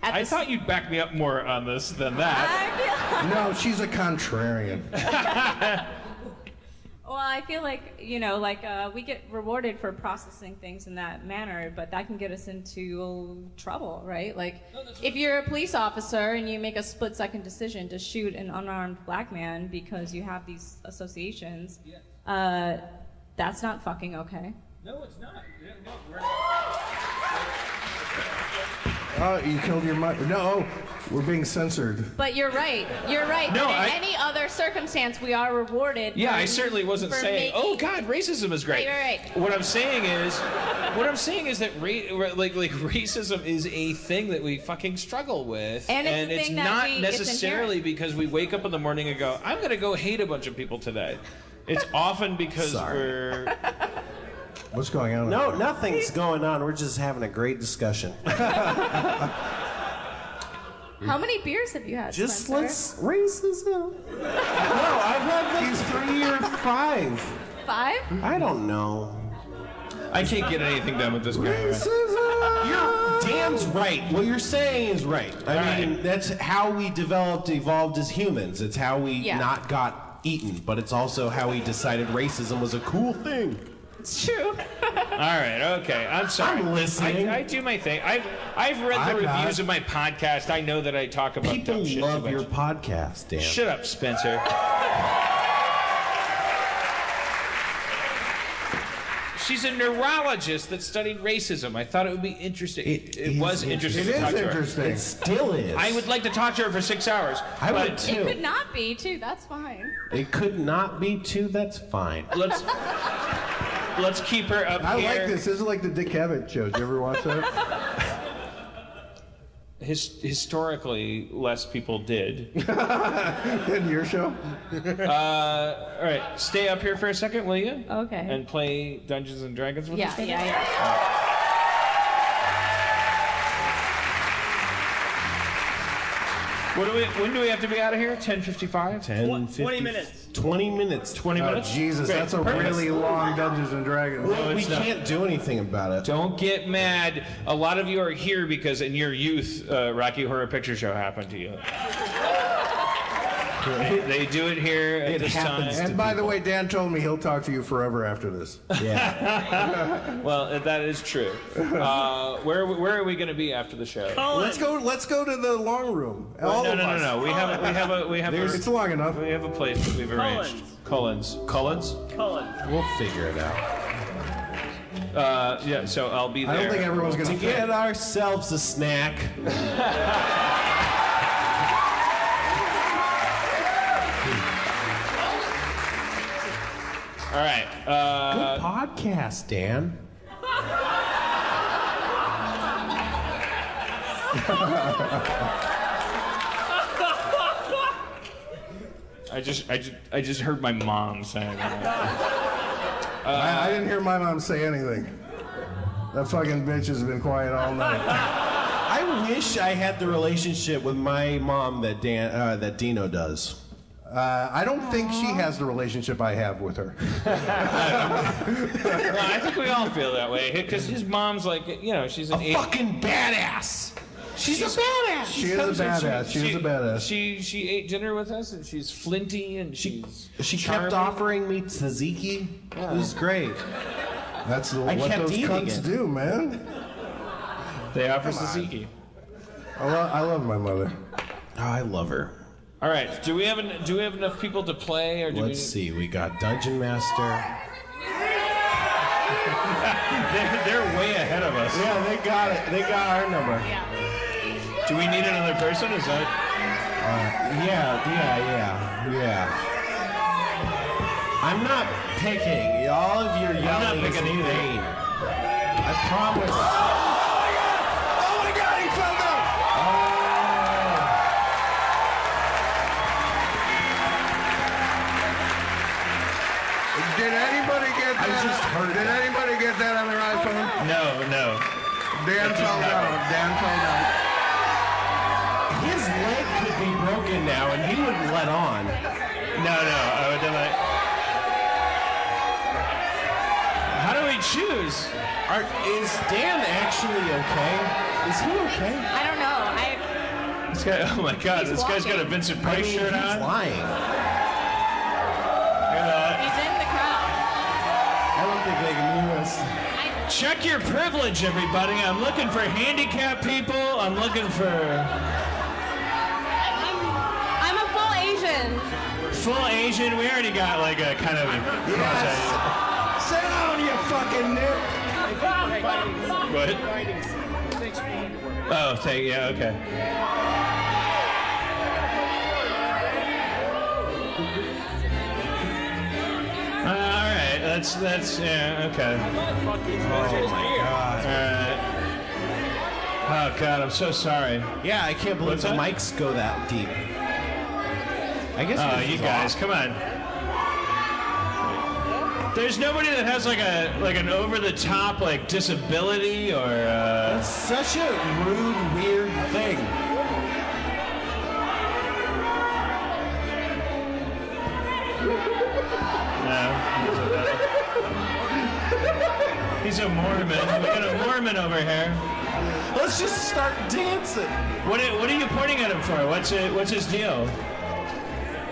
[SPEAKER 12] at
[SPEAKER 6] I
[SPEAKER 12] the
[SPEAKER 6] thought you'd back me up more on this than that.
[SPEAKER 5] No, she's a contrarian.
[SPEAKER 12] Well, I feel like you know, like uh, we get rewarded for processing things in that manner, but that can get us into trouble, right? Like, if you're a police officer and you make a split-second decision to shoot an unarmed black man because you have these associations, uh, that's not fucking okay.
[SPEAKER 6] No, it's not.
[SPEAKER 5] Oh, you killed your mother. No, we're being censored.
[SPEAKER 12] But you're right. You're right.
[SPEAKER 6] No,
[SPEAKER 12] But in
[SPEAKER 6] I-
[SPEAKER 12] any other circumstance, we are rewarded.
[SPEAKER 6] Yeah,
[SPEAKER 12] for-
[SPEAKER 6] I certainly wasn't
[SPEAKER 12] for making-
[SPEAKER 6] saying. Oh God, racism is great.
[SPEAKER 12] Right, right, right.
[SPEAKER 6] What I'm saying is, what I'm saying is that ra- ra- like like racism is a thing that we fucking struggle with,
[SPEAKER 12] And it's a thing that
[SPEAKER 6] not
[SPEAKER 12] we- it's
[SPEAKER 6] necessarily
[SPEAKER 12] inherent.
[SPEAKER 6] because we wake up in the morning and go, I'm gonna go hate a bunch of people today. It's often because we're
[SPEAKER 5] What's going on?
[SPEAKER 9] No, nothing's going on. We're just having a great discussion.
[SPEAKER 12] How many beers have you had?
[SPEAKER 9] Just
[SPEAKER 12] Spencer?
[SPEAKER 9] let's raise this up. no, I've had like three or five.
[SPEAKER 12] Five?
[SPEAKER 9] I don't know.
[SPEAKER 16] I can't get anything done with this guy.
[SPEAKER 9] You're Dan's right. What you're saying is right. I mean, that's how we developed, evolved as humans. It's how we
[SPEAKER 12] Yeah.
[SPEAKER 9] not got eaten, but it's also how we decided racism was a cool thing.
[SPEAKER 12] It's true.
[SPEAKER 17] All right, okay. I'm sorry.
[SPEAKER 9] I'm listening.
[SPEAKER 17] I, I do my thing. I've I've read the
[SPEAKER 9] I'm
[SPEAKER 17] reviews
[SPEAKER 9] not.
[SPEAKER 17] of my podcast. I know that I talk about
[SPEAKER 9] People
[SPEAKER 17] dumb shit too
[SPEAKER 9] love
[SPEAKER 17] much.
[SPEAKER 9] your podcast, Dan.
[SPEAKER 17] Shut up, Spencer.
[SPEAKER 6] She's a neurologist that studied racism. I thought it would be interesting. It,
[SPEAKER 9] is
[SPEAKER 6] was interesting.
[SPEAKER 9] interesting. It
[SPEAKER 6] to
[SPEAKER 9] is
[SPEAKER 6] talk to her.
[SPEAKER 9] interesting. It still is.
[SPEAKER 6] I would like to talk to her for six hours.
[SPEAKER 9] I would
[SPEAKER 6] but-
[SPEAKER 9] too.
[SPEAKER 12] It could not be too. That's fine.
[SPEAKER 9] It could not be two. That's fine.
[SPEAKER 6] Let's let's keep her up
[SPEAKER 5] I
[SPEAKER 6] here.
[SPEAKER 5] like this. This is like the Dick Cavett show. Did you ever watch that?
[SPEAKER 6] His, historically, less people did.
[SPEAKER 5] In your show?
[SPEAKER 6] Uh, all right, stay up here for a second, will you?
[SPEAKER 12] Okay.
[SPEAKER 6] And play Dungeons and Dragons with us.
[SPEAKER 12] yeah,
[SPEAKER 6] for a
[SPEAKER 12] yeah,
[SPEAKER 6] minute?
[SPEAKER 12] yeah.
[SPEAKER 6] What do we, when do we have to be out of here? 10:55.
[SPEAKER 9] 10, 20
[SPEAKER 16] minutes.
[SPEAKER 9] 20 minutes.
[SPEAKER 6] 20
[SPEAKER 9] Oh,
[SPEAKER 6] minutes?
[SPEAKER 9] Jesus,
[SPEAKER 6] Great.
[SPEAKER 9] that's a
[SPEAKER 6] Uh, Perfect.
[SPEAKER 9] really
[SPEAKER 5] long Dungeons and Dragons.
[SPEAKER 6] No,
[SPEAKER 9] we
[SPEAKER 6] it's not.
[SPEAKER 9] can't do anything about it.
[SPEAKER 6] Don't get mad. A lot of you are here because in your youth, uh, Rocky Horror Picture Show happened to you. they, they do it here at
[SPEAKER 9] It
[SPEAKER 6] this
[SPEAKER 9] happens
[SPEAKER 6] time.
[SPEAKER 5] And by the way, Dan told me he'll talk to you forever after this.
[SPEAKER 9] Yeah.
[SPEAKER 6] well, uh, that is true. Uh, where where are we going to be after the show?
[SPEAKER 5] Let's go. Let's go to the long room.
[SPEAKER 6] Well,
[SPEAKER 5] All
[SPEAKER 6] no,
[SPEAKER 5] of
[SPEAKER 6] no,
[SPEAKER 5] us.
[SPEAKER 6] no, no. We have a, we have a we have
[SPEAKER 5] There's-
[SPEAKER 6] a,
[SPEAKER 5] it's long enough.
[SPEAKER 6] We have a place that we've arranged. Collins. Collins.
[SPEAKER 16] Colin.
[SPEAKER 9] We'll figure it out.
[SPEAKER 6] Uh, yeah. So I'll be there.
[SPEAKER 5] I don't think everyone's
[SPEAKER 9] To
[SPEAKER 5] gonna
[SPEAKER 9] get ourselves a snack.
[SPEAKER 6] All right. Uh,
[SPEAKER 9] Good podcast, Dan.
[SPEAKER 6] I just I just I just heard my mom saying that. Uh,
[SPEAKER 5] I, I didn't hear my mom say anything. That fucking bitch has been quiet all night.
[SPEAKER 9] I wish I had the relationship with my mom that Dan uh, that Dino does.
[SPEAKER 5] Uh, I don't think she has the relationship I have with her.
[SPEAKER 6] No, I think we all feel that way because his mom's like you know she's an eight-
[SPEAKER 9] Fucking badass. She's, a badass.
[SPEAKER 5] She is a badass. She, is a badass.
[SPEAKER 6] She she ate dinner with us and she's flinty and she's
[SPEAKER 9] She kept
[SPEAKER 6] charming.
[SPEAKER 9] offering me tzatziki. It was great.
[SPEAKER 5] That's the,
[SPEAKER 9] I
[SPEAKER 5] what
[SPEAKER 9] kept
[SPEAKER 5] those
[SPEAKER 9] eating
[SPEAKER 5] cunts
[SPEAKER 9] it.
[SPEAKER 5] do, man.
[SPEAKER 6] They offer tzatziki.
[SPEAKER 5] I, lo- I love my mother.
[SPEAKER 9] Oh, I love her.
[SPEAKER 6] All right. Do we have en- do we have enough people to play or do
[SPEAKER 9] Let's
[SPEAKER 6] we?
[SPEAKER 9] see. We got Dungeon Master.
[SPEAKER 6] They're, they're way ahead of us.
[SPEAKER 9] Yeah, they got it. They got our number.
[SPEAKER 6] Do we need another person? Is that
[SPEAKER 9] Uh, Yeah, yeah, yeah, yeah. I'm not picking. All of your yelling
[SPEAKER 6] not
[SPEAKER 9] is
[SPEAKER 6] picking
[SPEAKER 9] in
[SPEAKER 6] either.
[SPEAKER 9] vain. I promise. Oh my god! He fell down!
[SPEAKER 5] Did anybody get that?
[SPEAKER 9] I just heard
[SPEAKER 5] Did
[SPEAKER 9] that.
[SPEAKER 5] anybody get that on their iPhone?
[SPEAKER 6] no no?
[SPEAKER 5] Dan fell down. Dan fell down.
[SPEAKER 9] His leg could be broken now, and he wouldn't let on.
[SPEAKER 6] No, no. I would definitely. How do we choose?
[SPEAKER 9] Are, is Dan actually okay? Is he okay?
[SPEAKER 12] I don't know. I
[SPEAKER 6] This guy, oh my God! this guy's got a Vincent
[SPEAKER 9] I
[SPEAKER 6] Price
[SPEAKER 9] mean,
[SPEAKER 6] shirt
[SPEAKER 9] he's
[SPEAKER 6] on.
[SPEAKER 9] lying.
[SPEAKER 12] he's in the crowd.
[SPEAKER 9] I don't think they can hear us.
[SPEAKER 6] Check your privilege, everybody. I'm looking for handicapped people. I'm looking for
[SPEAKER 12] I'm a full Asian.
[SPEAKER 6] full Asian. We already got like a kind of.
[SPEAKER 9] Sit down, you fucking nip.
[SPEAKER 6] What? Oh, thank yeah, okay. Uh, all right, that's that's yeah, okay. All right. Oh God, I'm so sorry.
[SPEAKER 9] Yeah, I can't believe
[SPEAKER 6] What's
[SPEAKER 9] the
[SPEAKER 6] that?
[SPEAKER 9] mics go that deep. I guess.
[SPEAKER 6] Oh,
[SPEAKER 9] this
[SPEAKER 6] you
[SPEAKER 9] is
[SPEAKER 6] guys,
[SPEAKER 9] off.
[SPEAKER 6] come on. There's nobody that has like a like an over the top like disability or. Uh,
[SPEAKER 9] Such a rude, weird thing.
[SPEAKER 6] know. He's a Mormon. We got a Mormon over here.
[SPEAKER 9] Let's just start dancing.
[SPEAKER 6] What are, what are you pointing at him for? What's it, What's his deal?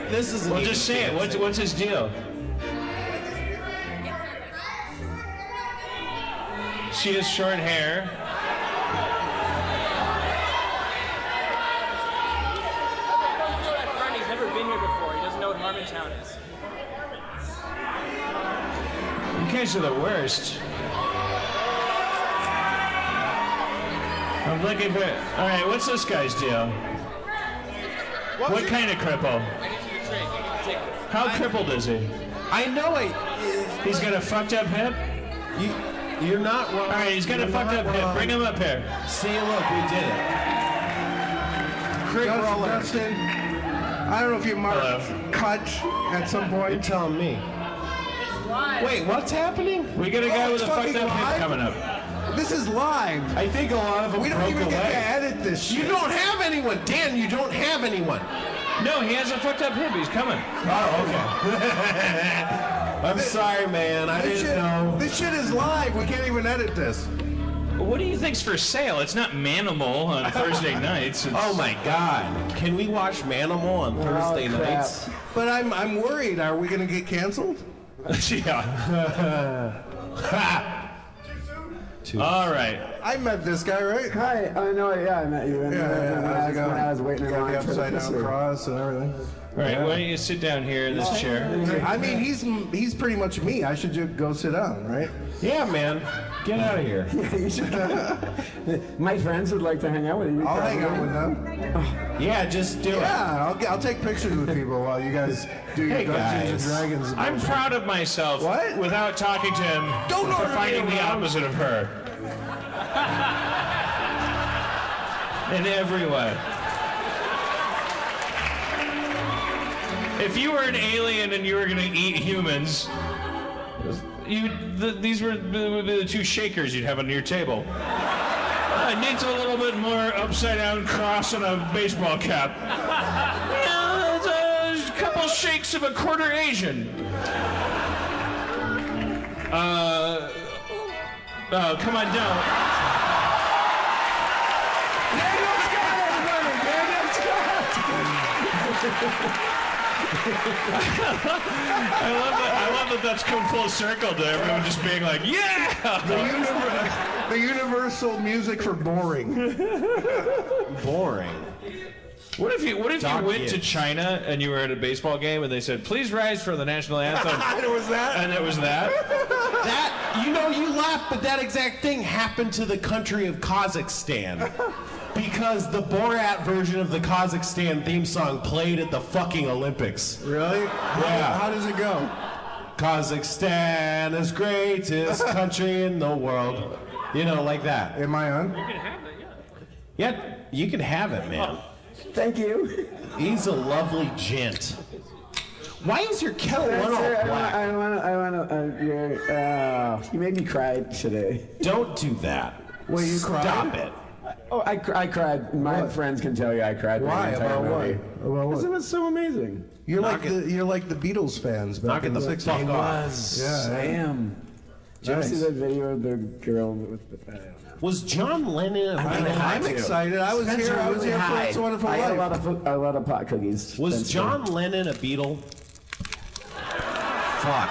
[SPEAKER 9] This is.
[SPEAKER 6] Well, just say it. What's What's his deal? She has short hair.
[SPEAKER 14] friend. He's never been here before. He doesn't know what Harmontown is.
[SPEAKER 6] You guys are the worst. I'm looking for. All right, what's this guy's deal? What kind of cripple? How crippled is he?
[SPEAKER 9] I know it.
[SPEAKER 6] He's got a fucked up hip.
[SPEAKER 9] You, you're not wrong. All
[SPEAKER 6] right, he's got a
[SPEAKER 9] You're
[SPEAKER 6] fucked
[SPEAKER 9] not
[SPEAKER 6] up hip.
[SPEAKER 9] wrong.
[SPEAKER 6] Bring him up here.
[SPEAKER 9] See, look, we did it.
[SPEAKER 5] Craig
[SPEAKER 9] Roller.
[SPEAKER 5] Dustin, I don't know if you marked cut at some point. You're
[SPEAKER 9] telling me. Wait, what's happening?
[SPEAKER 6] We got a guy
[SPEAKER 5] Oh,
[SPEAKER 6] with
[SPEAKER 5] it's
[SPEAKER 6] a fucked
[SPEAKER 5] fucking
[SPEAKER 6] up hip
[SPEAKER 5] live?
[SPEAKER 6] coming up.
[SPEAKER 5] This is live.
[SPEAKER 9] I think a lot of them
[SPEAKER 5] We don't
[SPEAKER 9] broke
[SPEAKER 5] even
[SPEAKER 9] away.
[SPEAKER 5] get to edit this. Shit.
[SPEAKER 9] You don't have anyone, Dan. You don't have anyone.
[SPEAKER 6] No, he has a fucked up hip. He's coming.
[SPEAKER 9] Oh, okay. I'm sorry, man. I
[SPEAKER 5] This
[SPEAKER 9] didn't
[SPEAKER 5] shit-
[SPEAKER 9] know.
[SPEAKER 5] This shit is live. We can't even edit this.
[SPEAKER 6] What do you think's for sale? It's not Manimal on Thursday nights. It's-
[SPEAKER 9] Oh my God! Can we watch Manimal on Thursday
[SPEAKER 5] Oh, crap.
[SPEAKER 9] nights?
[SPEAKER 5] But I'm I'm worried. Are we gonna get canceled?
[SPEAKER 6] yeah. All right.
[SPEAKER 5] I met this guy, right?
[SPEAKER 18] Hi, I know, yeah, I met you. And,
[SPEAKER 5] Yeah,
[SPEAKER 18] uh,
[SPEAKER 5] yeah,
[SPEAKER 18] when,
[SPEAKER 5] how's
[SPEAKER 18] I
[SPEAKER 5] it
[SPEAKER 18] was,
[SPEAKER 5] going?
[SPEAKER 18] when I was waiting in
[SPEAKER 5] Got the
[SPEAKER 18] line for the
[SPEAKER 5] upside down
[SPEAKER 18] pizzeria.
[SPEAKER 5] cross and everything.
[SPEAKER 6] All right. Why don't you sit down here in this chair?
[SPEAKER 5] I mean, he's he's pretty much me. I should just go sit down, right?
[SPEAKER 9] Yeah, man. Get out of here.
[SPEAKER 18] You should- My friends would like to hang out with you.
[SPEAKER 5] I'll hang out with them.
[SPEAKER 9] Yeah, just do
[SPEAKER 5] Yeah, I'll, I'll take pictures with people while you guys do your
[SPEAKER 9] Hey,
[SPEAKER 5] Dungeons
[SPEAKER 9] guys.
[SPEAKER 5] and Dragons.
[SPEAKER 6] I'm proud of myself
[SPEAKER 5] What?
[SPEAKER 6] without talking to him
[SPEAKER 5] Don't
[SPEAKER 6] for
[SPEAKER 5] order me
[SPEAKER 6] finding the
[SPEAKER 5] around.
[SPEAKER 6] opposite of her. In every way. If you were an alien and you were going to eat humans, you th- these were the, the two shakers you'd have on your table. I need to a little bit more upside down cross and a baseball cap. Yeah, it's a couple shakes of a quarter Asian. Uh, oh, come on down. I love that. I love that. That's come full circle to everyone just being like, "Yeah."
[SPEAKER 5] The, univer- the universal music for boring.
[SPEAKER 9] Boring.
[SPEAKER 6] What if you What if
[SPEAKER 9] Dog
[SPEAKER 6] you went
[SPEAKER 9] years.
[SPEAKER 6] to China and you were at a baseball game and they said, "Please rise for the national anthem,"
[SPEAKER 5] was that.
[SPEAKER 6] and it was that?
[SPEAKER 9] That you know you laugh, but that exact thing happened to the country of Kazakhstan. Because the Borat version of the Kazakhstan theme song played at the fucking Olympics.
[SPEAKER 5] Really?
[SPEAKER 9] Yeah.
[SPEAKER 5] How does it go?
[SPEAKER 9] Kazakhstan is greatest country in the world. You know, like that.
[SPEAKER 5] Am I on?
[SPEAKER 9] Yeah, you can have it, man.
[SPEAKER 18] Thank you.
[SPEAKER 9] He's a lovely gent. Why is your kettle one all
[SPEAKER 18] Sir,
[SPEAKER 9] black?
[SPEAKER 18] I want to, I want to, uh, you're, uh, you made me cry today.
[SPEAKER 9] Don't do that.
[SPEAKER 18] Well, you cried?
[SPEAKER 9] Stop it.
[SPEAKER 18] Oh, I, cr- I cried. My friends can tell you I cried.
[SPEAKER 5] Why?
[SPEAKER 18] The entire
[SPEAKER 5] About what?
[SPEAKER 18] movie.
[SPEAKER 5] About what?
[SPEAKER 18] Because it was so amazing.
[SPEAKER 5] You're like the you're like the Beatles fans back
[SPEAKER 9] Knock
[SPEAKER 5] in
[SPEAKER 9] it
[SPEAKER 5] the
[SPEAKER 9] the
[SPEAKER 5] '60s.
[SPEAKER 9] fuck off.
[SPEAKER 5] Yeah,
[SPEAKER 18] I am. Did you ever see
[SPEAKER 5] Nice.
[SPEAKER 18] that video of the girl with the, uh, I don't know.
[SPEAKER 9] Was John Lennon a
[SPEAKER 18] I
[SPEAKER 9] Beatle?
[SPEAKER 5] I'm excited. I was
[SPEAKER 18] Spencer
[SPEAKER 5] here. I was
[SPEAKER 18] really
[SPEAKER 5] here for
[SPEAKER 18] high.
[SPEAKER 5] It's a Wonderful
[SPEAKER 18] I had a lot
[SPEAKER 5] Life.
[SPEAKER 18] of fo- a lot of pot cookies.
[SPEAKER 9] Was
[SPEAKER 18] Spencer.
[SPEAKER 9] John Lennon a Beatle? Fuck.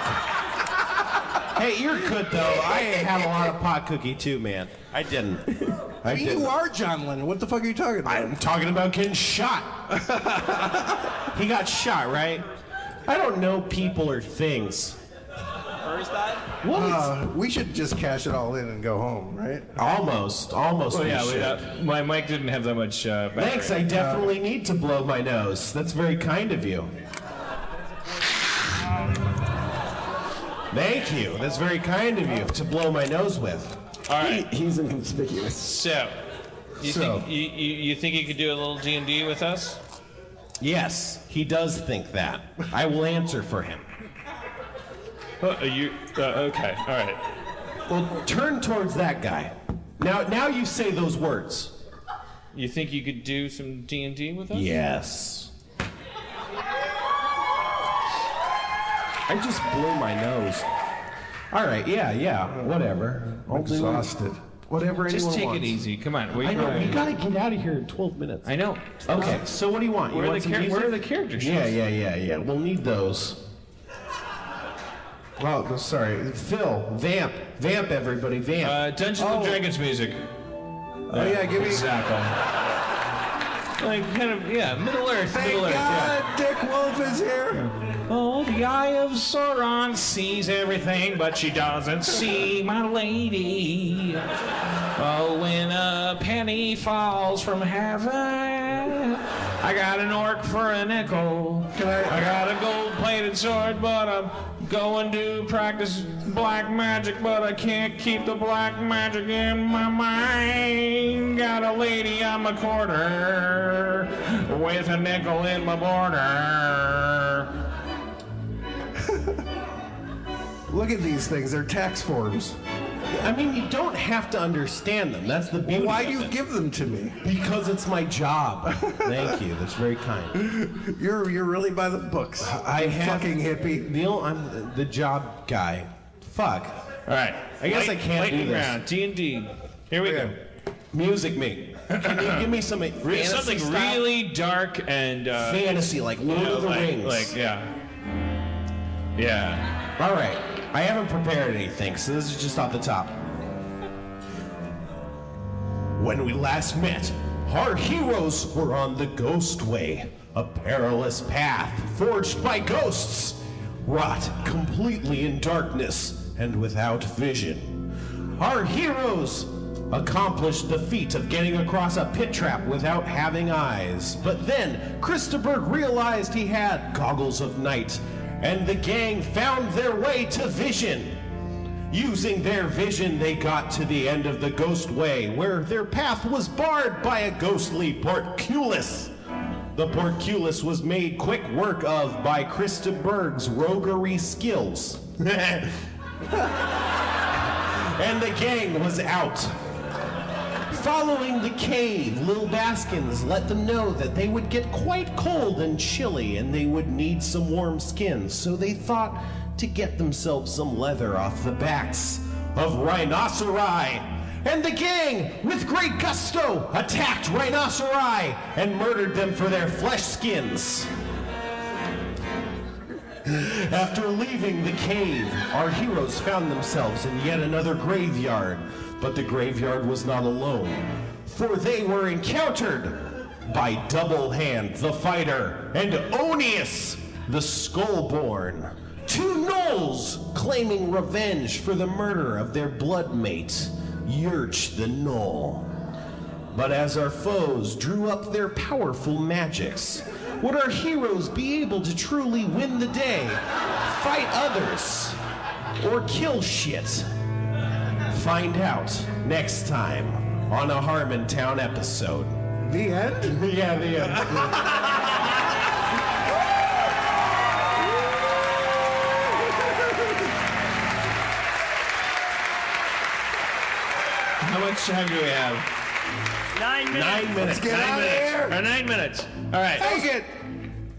[SPEAKER 9] hey, you're good though. I had a lot of pot cookie too, man. I didn't. I
[SPEAKER 5] You
[SPEAKER 9] didn't.
[SPEAKER 5] are John Lennon. What the fuck are you talking about?
[SPEAKER 9] I'm talking about getting shot. he got shot, right? I don't know people or things.
[SPEAKER 14] First died?
[SPEAKER 9] What?
[SPEAKER 5] Uh, we should just cash it all in and go home, right?
[SPEAKER 9] almost, almost.
[SPEAKER 6] Well,
[SPEAKER 9] we
[SPEAKER 6] yeah, we,
[SPEAKER 9] should.
[SPEAKER 6] uh, my mic didn't have that much. Uh, battery.
[SPEAKER 9] Thanks. I definitely need to blow my nose. That's very kind of you. Thank you. That's very kind of you to blow my nose with.
[SPEAKER 6] All right.
[SPEAKER 18] He- he's inconspicuous.
[SPEAKER 6] So, Uh, you
[SPEAKER 9] So.
[SPEAKER 6] think you, you, you think you could do a little D and D with us?
[SPEAKER 9] Yes, he does think that. I will answer for him.
[SPEAKER 6] Uh, you uh, okay? All right.
[SPEAKER 9] Well, turn towards that guy. Now, now you say those words.
[SPEAKER 6] You think you could do some D and D with us?
[SPEAKER 9] Yes. I just blew my nose. All right, yeah, yeah, whatever.
[SPEAKER 5] I'm
[SPEAKER 9] I'll do
[SPEAKER 5] exhausted.
[SPEAKER 9] Whatever
[SPEAKER 4] Just
[SPEAKER 9] anyone
[SPEAKER 4] take it
[SPEAKER 9] wants.
[SPEAKER 4] easy. Come on, we-
[SPEAKER 9] I know, we
[SPEAKER 4] right.
[SPEAKER 9] gotta get out of here in 12 minutes.
[SPEAKER 4] I know.
[SPEAKER 9] Okay, so what do you want? You
[SPEAKER 4] Where are
[SPEAKER 9] want
[SPEAKER 4] the
[SPEAKER 9] some
[SPEAKER 4] char-
[SPEAKER 9] music?
[SPEAKER 4] where are the character
[SPEAKER 9] Yeah,
[SPEAKER 4] sheets?
[SPEAKER 9] yeah, yeah, yeah. We'll need those. Well, sorry, Phil, vamp, vamp, everybody, vamp.
[SPEAKER 6] Uh, Dungeons and Dragons music.
[SPEAKER 9] Oh yeah, give me
[SPEAKER 6] exactly.
[SPEAKER 4] Like kind of yeah, Middle Earth, Middle Earth.
[SPEAKER 9] yeah. Dick Wolf is here.
[SPEAKER 6] Oh, the eye of Sauron sees everything, but she doesn't see my lady. Oh, when a penny falls from heaven, I got an orc for a nickel. I got a gold-plated sword, but I'm going to practice black magic, but I can't keep the black magic in my mind. Got a lady, I'm a quarter, with a nickel in my border.
[SPEAKER 5] Look at these things. They're tax forms.
[SPEAKER 9] I mean, you don't have to understand them. That's the beauty.
[SPEAKER 5] Well, why
[SPEAKER 9] of
[SPEAKER 5] do you
[SPEAKER 9] it.
[SPEAKER 5] give them to me?
[SPEAKER 9] Because it's my job. Thank you. That's very kind.
[SPEAKER 5] You're you're really by the books.
[SPEAKER 9] I
[SPEAKER 5] you
[SPEAKER 9] have
[SPEAKER 5] fucking hippie.
[SPEAKER 9] Neil, I'm the job guy. Fuck.
[SPEAKER 4] All right.
[SPEAKER 9] I guess I can't do
[SPEAKER 4] lightning
[SPEAKER 9] this.
[SPEAKER 4] round, D and D. Here we go.
[SPEAKER 9] Music me. Can you give me some
[SPEAKER 4] Re-
[SPEAKER 9] fantasy
[SPEAKER 4] something
[SPEAKER 9] style?
[SPEAKER 4] really dark and uh,
[SPEAKER 9] fantasy, like Lord
[SPEAKER 4] you know,
[SPEAKER 9] of the
[SPEAKER 4] like,
[SPEAKER 9] Rings.
[SPEAKER 4] Like yeah, yeah.
[SPEAKER 9] All right. I haven't prepared anything, so this is just off the top. When we last met, our heroes were on the Ghost Way, a perilous path forged by ghosts, wrought completely in darkness and without vision. Our heroes accomplished the feat of getting across a pit trap without having eyes, but then Christopher realized he had goggles of night, and the gang found their way to vision. Using their vision, they got to the end of the Ghost Way, where their path was barred by a ghostly portcullis. The portcullis was made quick work of by Krista Berg's roguery skills. and the gang was out. Following the cave, Lil Baskins let them know that they would get quite cold and chilly and they would need some warm skins, so they thought to get themselves some leather off the backs of rhinoceri. And the gang, with great gusto, attacked rhinoceri and murdered them for their flesh skins. After leaving the cave, our heroes found themselves in yet another graveyard. But the graveyard was not alone, for they were encountered by Double Hand the Fighter and Onius the Skullborn. Two gnolls claiming revenge for the murder of their blood mate, Yurch the Gnoll. But as our foes drew up their powerful magics, would our heroes be able to truly win the day, fight others, or kill shit? Find out next time on a Harmontown episode.
[SPEAKER 5] The end?
[SPEAKER 9] yeah, the end.
[SPEAKER 4] How much time do we have?
[SPEAKER 14] Nine minutes.
[SPEAKER 4] Nine minutes.
[SPEAKER 5] get
[SPEAKER 4] nine
[SPEAKER 5] out of
[SPEAKER 4] minutes.
[SPEAKER 5] here.
[SPEAKER 4] Or nine minutes. All right.
[SPEAKER 5] Take it.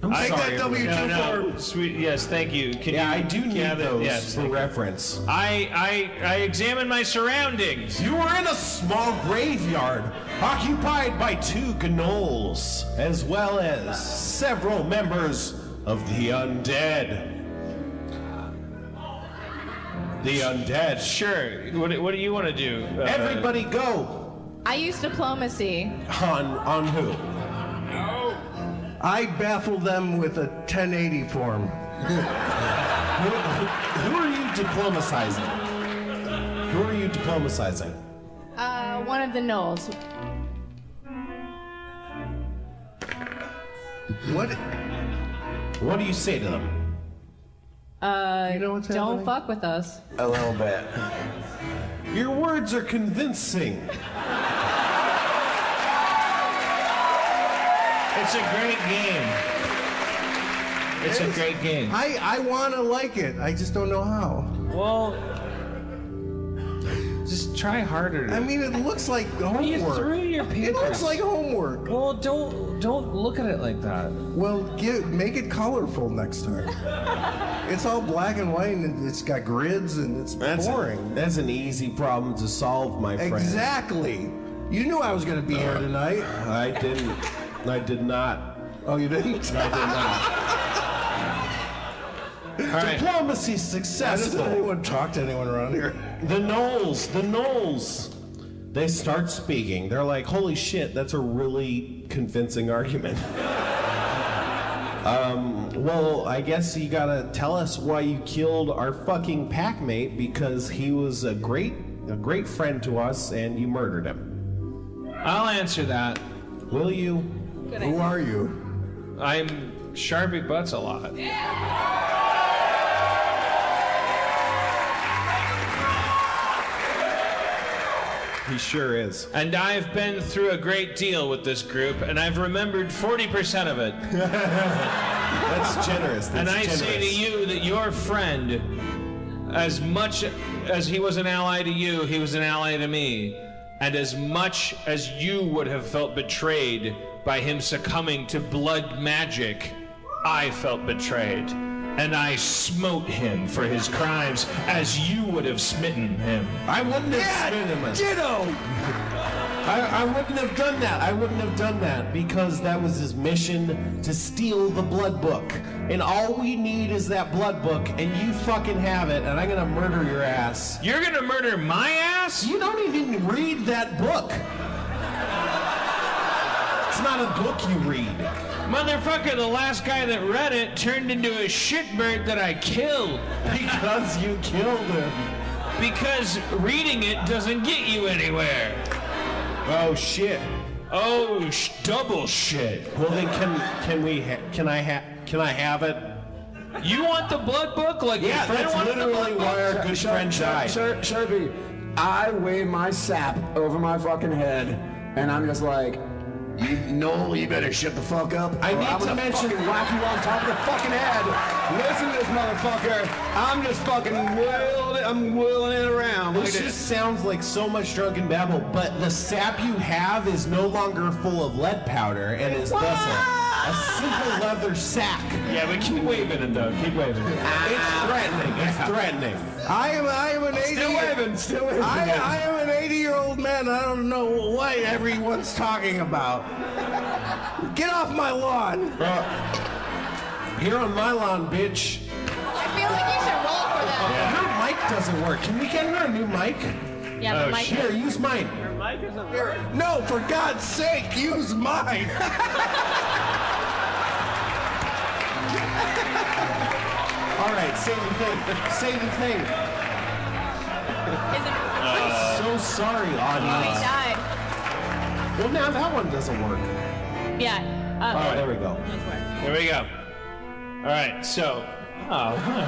[SPEAKER 4] I-
[SPEAKER 5] Take that W
[SPEAKER 4] everybody.
[SPEAKER 5] two
[SPEAKER 4] No,
[SPEAKER 5] form.
[SPEAKER 4] no. Sweet. Yes. Thank you. Can
[SPEAKER 9] yeah,
[SPEAKER 4] you
[SPEAKER 9] I do need
[SPEAKER 4] gather-
[SPEAKER 9] those
[SPEAKER 4] Yes.
[SPEAKER 9] for reference.
[SPEAKER 4] I I I examine my surroundings.
[SPEAKER 9] You were in a small graveyard occupied by two gnolls, as well as several members of the undead. The undead.
[SPEAKER 4] Sure. What What do you want to do? Uh,
[SPEAKER 9] Everybody go
[SPEAKER 12] I use diplomacy.
[SPEAKER 9] on on who?
[SPEAKER 5] I baffle them with a 1080 form.
[SPEAKER 9] Who, who are you diplomatizing? Who are you diplomatizing?
[SPEAKER 12] Uh, one of the Knowles.
[SPEAKER 5] What?
[SPEAKER 9] What do you say to them?
[SPEAKER 12] Uh, don't fuck with us.
[SPEAKER 9] A little bit. Your words are convincing.
[SPEAKER 4] It's a great game. It's a great game.
[SPEAKER 5] I I want to like it. I just don't know how.
[SPEAKER 4] Well, just try harder.
[SPEAKER 5] I mean, it looks like homework.
[SPEAKER 4] you threw your papers.
[SPEAKER 5] It looks like homework.
[SPEAKER 4] Well, don't don't look at it like that.
[SPEAKER 5] Well, give, make it colorful next time. It's all black and white, and it's got grids, and it's
[SPEAKER 9] That's
[SPEAKER 5] boring.
[SPEAKER 9] A, that's an easy problem to solve, my friend.
[SPEAKER 5] Exactly. You knew I was going to be here tonight.
[SPEAKER 9] Uh, I didn't. I did not.
[SPEAKER 5] Oh, you didn't?
[SPEAKER 9] I did not. Diplomacy
[SPEAKER 5] Why
[SPEAKER 9] successful.
[SPEAKER 5] doesn't anyone talk to anyone around here?
[SPEAKER 9] The Knowles, the Knowles. They start speaking. They're like, holy shit, that's a really convincing argument. um, well, I guess you gotta tell us why you killed our fucking packmate because he was a great, a great friend to us and you murdered him.
[SPEAKER 6] I'll answer that.
[SPEAKER 9] Will you?
[SPEAKER 12] Good Who idea. are
[SPEAKER 9] you?
[SPEAKER 6] I'm Sharpie Butts a lot.
[SPEAKER 9] He sure is.
[SPEAKER 6] And I've been through a great deal with this group, and I've remembered 40% of it.
[SPEAKER 9] That's generous.
[SPEAKER 6] and I
[SPEAKER 9] That's
[SPEAKER 6] say to
[SPEAKER 9] generous.
[SPEAKER 6] you that your friend, as much as he was an ally to you, he was an ally to me. And as much as you would have felt betrayed by him succumbing to blood magic, I felt betrayed. And I smote him for his crimes as you would have smitten him.
[SPEAKER 9] I wouldn't have yeah, ditto. I, I wouldn't have done that. I wouldn't have done that because that was his mission to steal the blood book. And all we need is that blood book, and you fucking have it, and I'm gonna murder your ass.
[SPEAKER 6] You're gonna murder my ass?
[SPEAKER 9] You don't even read that book. it's not a book you read.
[SPEAKER 6] Motherfucker, the last guy that read it turned into a shitbird that I killed.
[SPEAKER 9] Because you killed him.
[SPEAKER 6] Because reading it doesn't get you anywhere.
[SPEAKER 9] Oh shit.
[SPEAKER 6] Oh, sh- double shit.
[SPEAKER 9] Well then, can can we ha- can I ha- can I have it?
[SPEAKER 6] You want the blood book? Like
[SPEAKER 9] Yeah,
[SPEAKER 6] your friend
[SPEAKER 9] that's
[SPEAKER 6] wanted the
[SPEAKER 9] literally
[SPEAKER 6] blood
[SPEAKER 9] why
[SPEAKER 6] book?
[SPEAKER 9] our good friend died.
[SPEAKER 4] Sher- Sherby, I weigh my sap over my fucking head, and I'm just like, you, Noel, you better shut the fuck up.
[SPEAKER 9] I
[SPEAKER 4] or
[SPEAKER 9] need
[SPEAKER 4] I'm
[SPEAKER 9] to
[SPEAKER 4] gonna
[SPEAKER 9] mention-
[SPEAKER 4] fucking whack you on top of the fucking head. Listen to this motherfucker. I'm just fucking whirling, I'm whirling it around.
[SPEAKER 9] This
[SPEAKER 4] like
[SPEAKER 9] just
[SPEAKER 4] this.
[SPEAKER 9] sounds like so much drunken babble, but the sap you have is no longer full of lead powder and is thus a, a simple leather sack.
[SPEAKER 6] Yeah, but keep waving it though. Keep waving it.
[SPEAKER 4] Ah.
[SPEAKER 9] It's threatening. It's threatening.
[SPEAKER 5] I am, I am an 80
[SPEAKER 9] Still waving, still waving.
[SPEAKER 5] I, I am an 80 year old man. I don't know what everyone's talking about. Get off my lawn.
[SPEAKER 9] Here on my lawn, bitch.
[SPEAKER 12] I feel like you should roll for that.
[SPEAKER 9] Your mic doesn't work. Can we get her a new mic?
[SPEAKER 12] Yeah,
[SPEAKER 6] Oh,
[SPEAKER 12] but Mike.
[SPEAKER 9] Here, use mine.
[SPEAKER 19] Your mic isn't working.
[SPEAKER 5] No, for God's sake, use mine.
[SPEAKER 9] All right, say the thing. Say the thing. I'm so sorry,
[SPEAKER 12] Oh, he
[SPEAKER 9] audience.
[SPEAKER 12] died.
[SPEAKER 9] Well, now that one doesn't work.
[SPEAKER 12] Yeah. Uh,
[SPEAKER 9] All right, there we go.
[SPEAKER 12] Does work.
[SPEAKER 6] Here we go. All right, so. Oh, huh.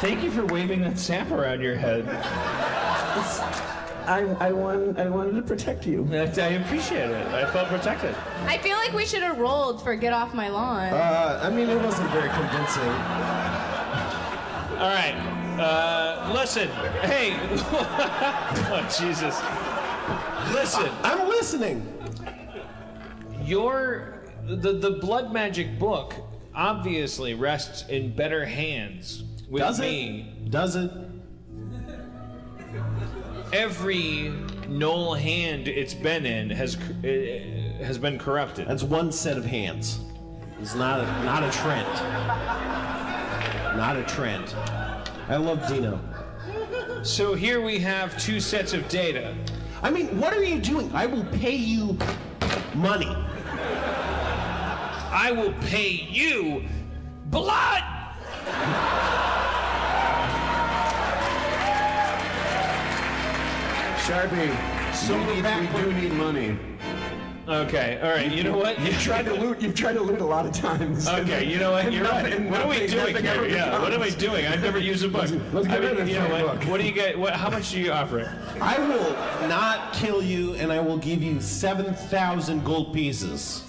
[SPEAKER 6] Thank you for waving that sap around your head.
[SPEAKER 4] I, I, wanted, I wanted to protect you.
[SPEAKER 6] I appreciate it. I felt protected.
[SPEAKER 12] I feel like we should have rolled for get off my lawn.
[SPEAKER 9] Uh, I mean, it wasn't very convincing.
[SPEAKER 6] All right. Uh, listen. Hey. oh, Jesus. Listen.
[SPEAKER 9] I'm listening.
[SPEAKER 6] Your the the blood magic book obviously rests in better hands with
[SPEAKER 9] Does
[SPEAKER 6] me.
[SPEAKER 9] it? Does it?
[SPEAKER 6] Every Knoll hand it's been in has cor- eh, has been corrupted.
[SPEAKER 9] That's one set of hands. It's not a, not a trend. Not a trend. I love Dino.
[SPEAKER 6] So here we have two sets of data.
[SPEAKER 9] I mean, what are you doing? I will pay you money.
[SPEAKER 6] I will pay you blood.
[SPEAKER 4] Sharpie,
[SPEAKER 9] so
[SPEAKER 4] we, need, we do need money.
[SPEAKER 6] Okay. All right. You know what?
[SPEAKER 4] You've tried to loot. You've tried to loot a lot of times.
[SPEAKER 6] Okay, you know what?
[SPEAKER 4] And
[SPEAKER 6] You're
[SPEAKER 4] nothing-
[SPEAKER 6] right.
[SPEAKER 4] and
[SPEAKER 6] What are we
[SPEAKER 4] nothing-
[SPEAKER 6] doing
[SPEAKER 4] nothing ever
[SPEAKER 6] here? Yeah, what am I
[SPEAKER 4] becomes.
[SPEAKER 6] doing? I've never used a book.
[SPEAKER 4] let's get
[SPEAKER 6] I mean,
[SPEAKER 4] rid of
[SPEAKER 6] you
[SPEAKER 4] this
[SPEAKER 6] know
[SPEAKER 4] damn
[SPEAKER 6] what?
[SPEAKER 4] book.
[SPEAKER 6] What do you get? What, how much are you offering?
[SPEAKER 9] I will not kill you, and I will give you 7,000 gold pieces.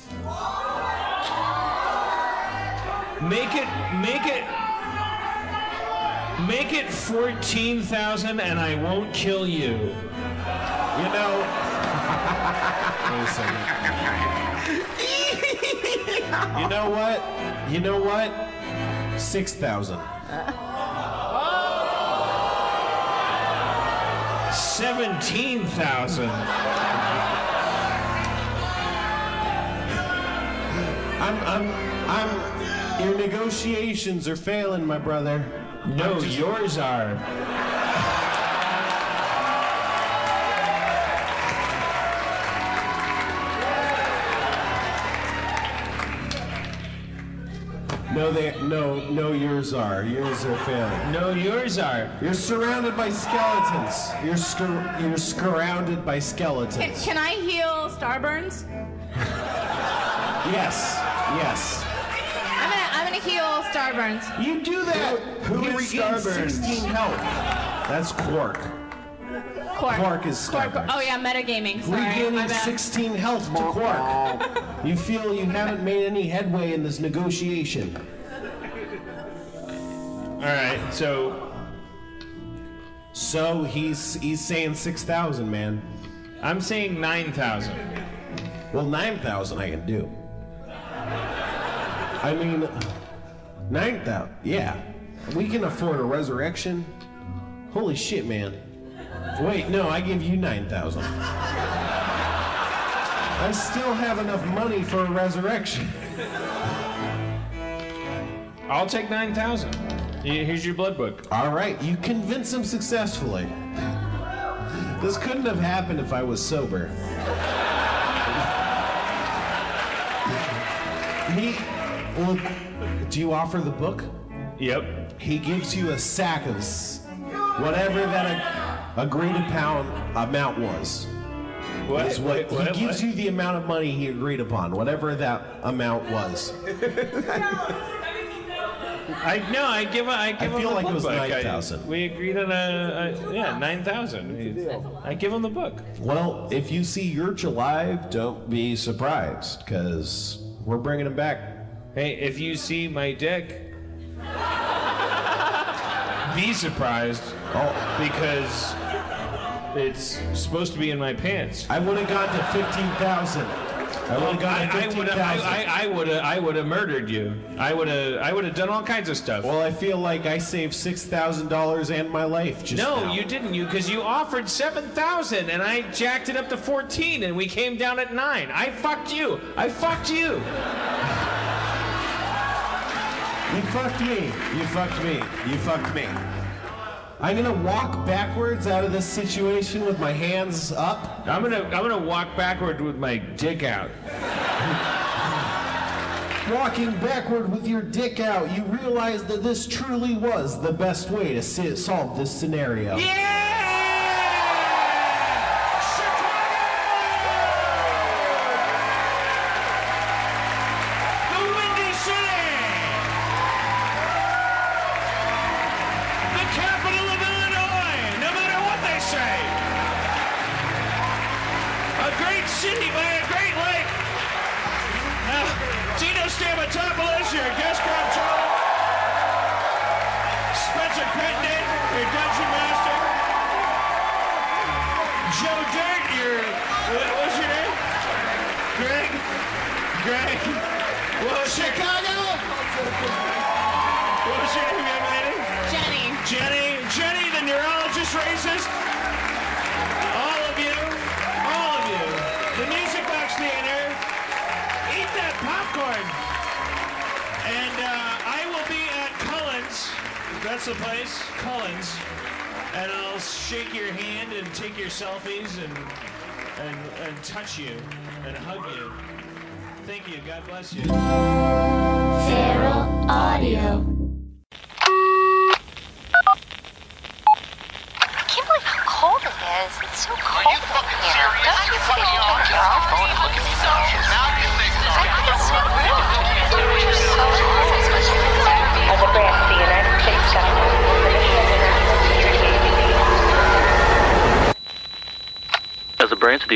[SPEAKER 6] Make it, make it, make it fourteen thousand, and I won't kill you.
[SPEAKER 9] You know. Wait a second. You know what? You know what? Six thousand.
[SPEAKER 6] Seventeen thousand.
[SPEAKER 9] I'm, I'm, I'm. Your negotiations are failing, my brother.
[SPEAKER 6] No, yours are.
[SPEAKER 9] No, they, no, no. Yours are. Yours are failing.
[SPEAKER 6] No, yours are.
[SPEAKER 9] You're surrounded by skeletons. You're scur- you're surrounded by
[SPEAKER 12] Can,
[SPEAKER 9] skeletons.
[SPEAKER 12] can I heal Starburns?
[SPEAKER 9] Yes. Yes.
[SPEAKER 12] I'm gonna I'm gonna heal Starburns.
[SPEAKER 9] You do that. Who is Starburns? That's Quark.
[SPEAKER 12] Quark.
[SPEAKER 9] is
[SPEAKER 12] Quark.
[SPEAKER 9] Starburns.
[SPEAKER 12] Oh yeah, metagaming. Sorry. my
[SPEAKER 9] Regaining
[SPEAKER 12] bad.
[SPEAKER 9] 16 health to Quark. you feel you haven't made any headway in this negotiation.
[SPEAKER 6] All right, so.
[SPEAKER 9] So he's he's saying six thousand, man.
[SPEAKER 6] I'm saying nine thousand.
[SPEAKER 9] Well, nine thousand I can do. I mean, nine thousand. Yeah, we can afford a resurrection. Holy shit, man! Wait, no, I give you nine thousand. I still have enough money for a resurrection.
[SPEAKER 6] I'll take nine thousand. Here's your blood book.
[SPEAKER 9] All right, you convince him successfully. This couldn't have happened if I was sober. he, well, do you offer the book?
[SPEAKER 6] Yep.
[SPEAKER 9] He gives you a sack of s- whatever that a- agreed upon amount was.
[SPEAKER 6] What?
[SPEAKER 9] Is what,
[SPEAKER 6] What?
[SPEAKER 9] he gives
[SPEAKER 6] What?
[SPEAKER 9] you the amount of money he agreed upon, whatever that amount was.
[SPEAKER 6] I no, I give a, I give him
[SPEAKER 9] feel
[SPEAKER 6] the
[SPEAKER 9] like it
[SPEAKER 6] book
[SPEAKER 9] was
[SPEAKER 6] book. I-
[SPEAKER 9] 9,000.
[SPEAKER 6] We agreed on a, a yeah nine thousand. I give him the book.
[SPEAKER 9] Well, if you see Yurch alive, don't be surprised, because we're bringing him back.
[SPEAKER 6] Hey, if you see my dick, be surprised
[SPEAKER 9] Oh.
[SPEAKER 6] because it's supposed to be in my pants. Oh,
[SPEAKER 9] I would have gone to 15,000. I would have gone to
[SPEAKER 6] I would have.
[SPEAKER 9] 15,000.
[SPEAKER 6] I, I would have. I would have murdered you. I would have. I would have done all kinds of stuff.
[SPEAKER 9] Well, I feel like I saved $6,000 and my life just
[SPEAKER 6] no,
[SPEAKER 9] now.
[SPEAKER 6] you didn't. You because you offered seven thousand, and I jacked it up to fourteen, and we came down at nine. I fucked you. I fucked you.
[SPEAKER 9] You fucked me. You fucked me. You fucked me. I'm gonna walk backwards out of this situation with my hands up.
[SPEAKER 6] I'm gonna. I'm gonna walk backward with my dick out.
[SPEAKER 9] Walking backward with your dick out, you realize that this truly was the best way to si- solve this scenario.
[SPEAKER 6] The Windy City! The capital of Illinois, no matter what they say! A great city by a great lake! Now, Tito Stamatopoulos, your guest controller. Spencer Crittenden, your dungeon master. Joe Dirt, your. What, what's your name? Greg? Greg? What was your- What was your name, young lady?
[SPEAKER 12] Jenny.
[SPEAKER 6] Jenny. Jenny, the neurologist racist. All of you. All of you. The Music Box Theater. Eat that popcorn. And uh, I will be at Cullen's. That's the place. Cullen's. And I'll shake your hand and take your selfies and, and, and touch you and hug you. Thank you. God bless you.
[SPEAKER 3] Feral Audio.
[SPEAKER 20] I can't believe how cold it is. It's so cold. Are you fucking serious? Don't you think you think you're all cold? Look at me now. Now you think so. I think it's so cold. You're so cold. As a brand, the United States government is
[SPEAKER 21] As a branch of the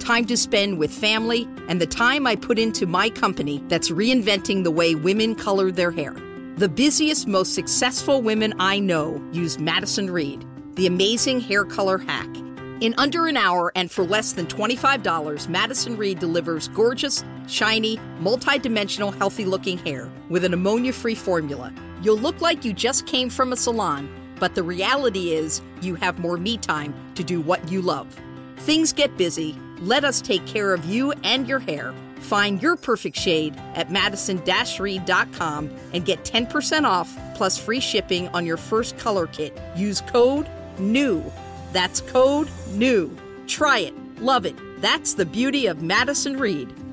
[SPEAKER 22] time to spend with family, and the time I put into my company that's reinventing the way women color their hair. The busiest, most successful women I know use Madison Reed, the amazing hair color hack. In under an hour and for less than $25, Madison Reed delivers gorgeous, shiny, multi-dimensional, healthy-looking hair with an ammonia-free formula. You'll look like you just came from a salon, but the reality is you have more me time to do what you love. Things get busy. Let us take care of you and your hair. Find your perfect shade at madison-reed.com and get 10% off plus free shipping on your first color kit. Use code NEW that's code new. Try it. Love it. That's the beauty of Madison Reed.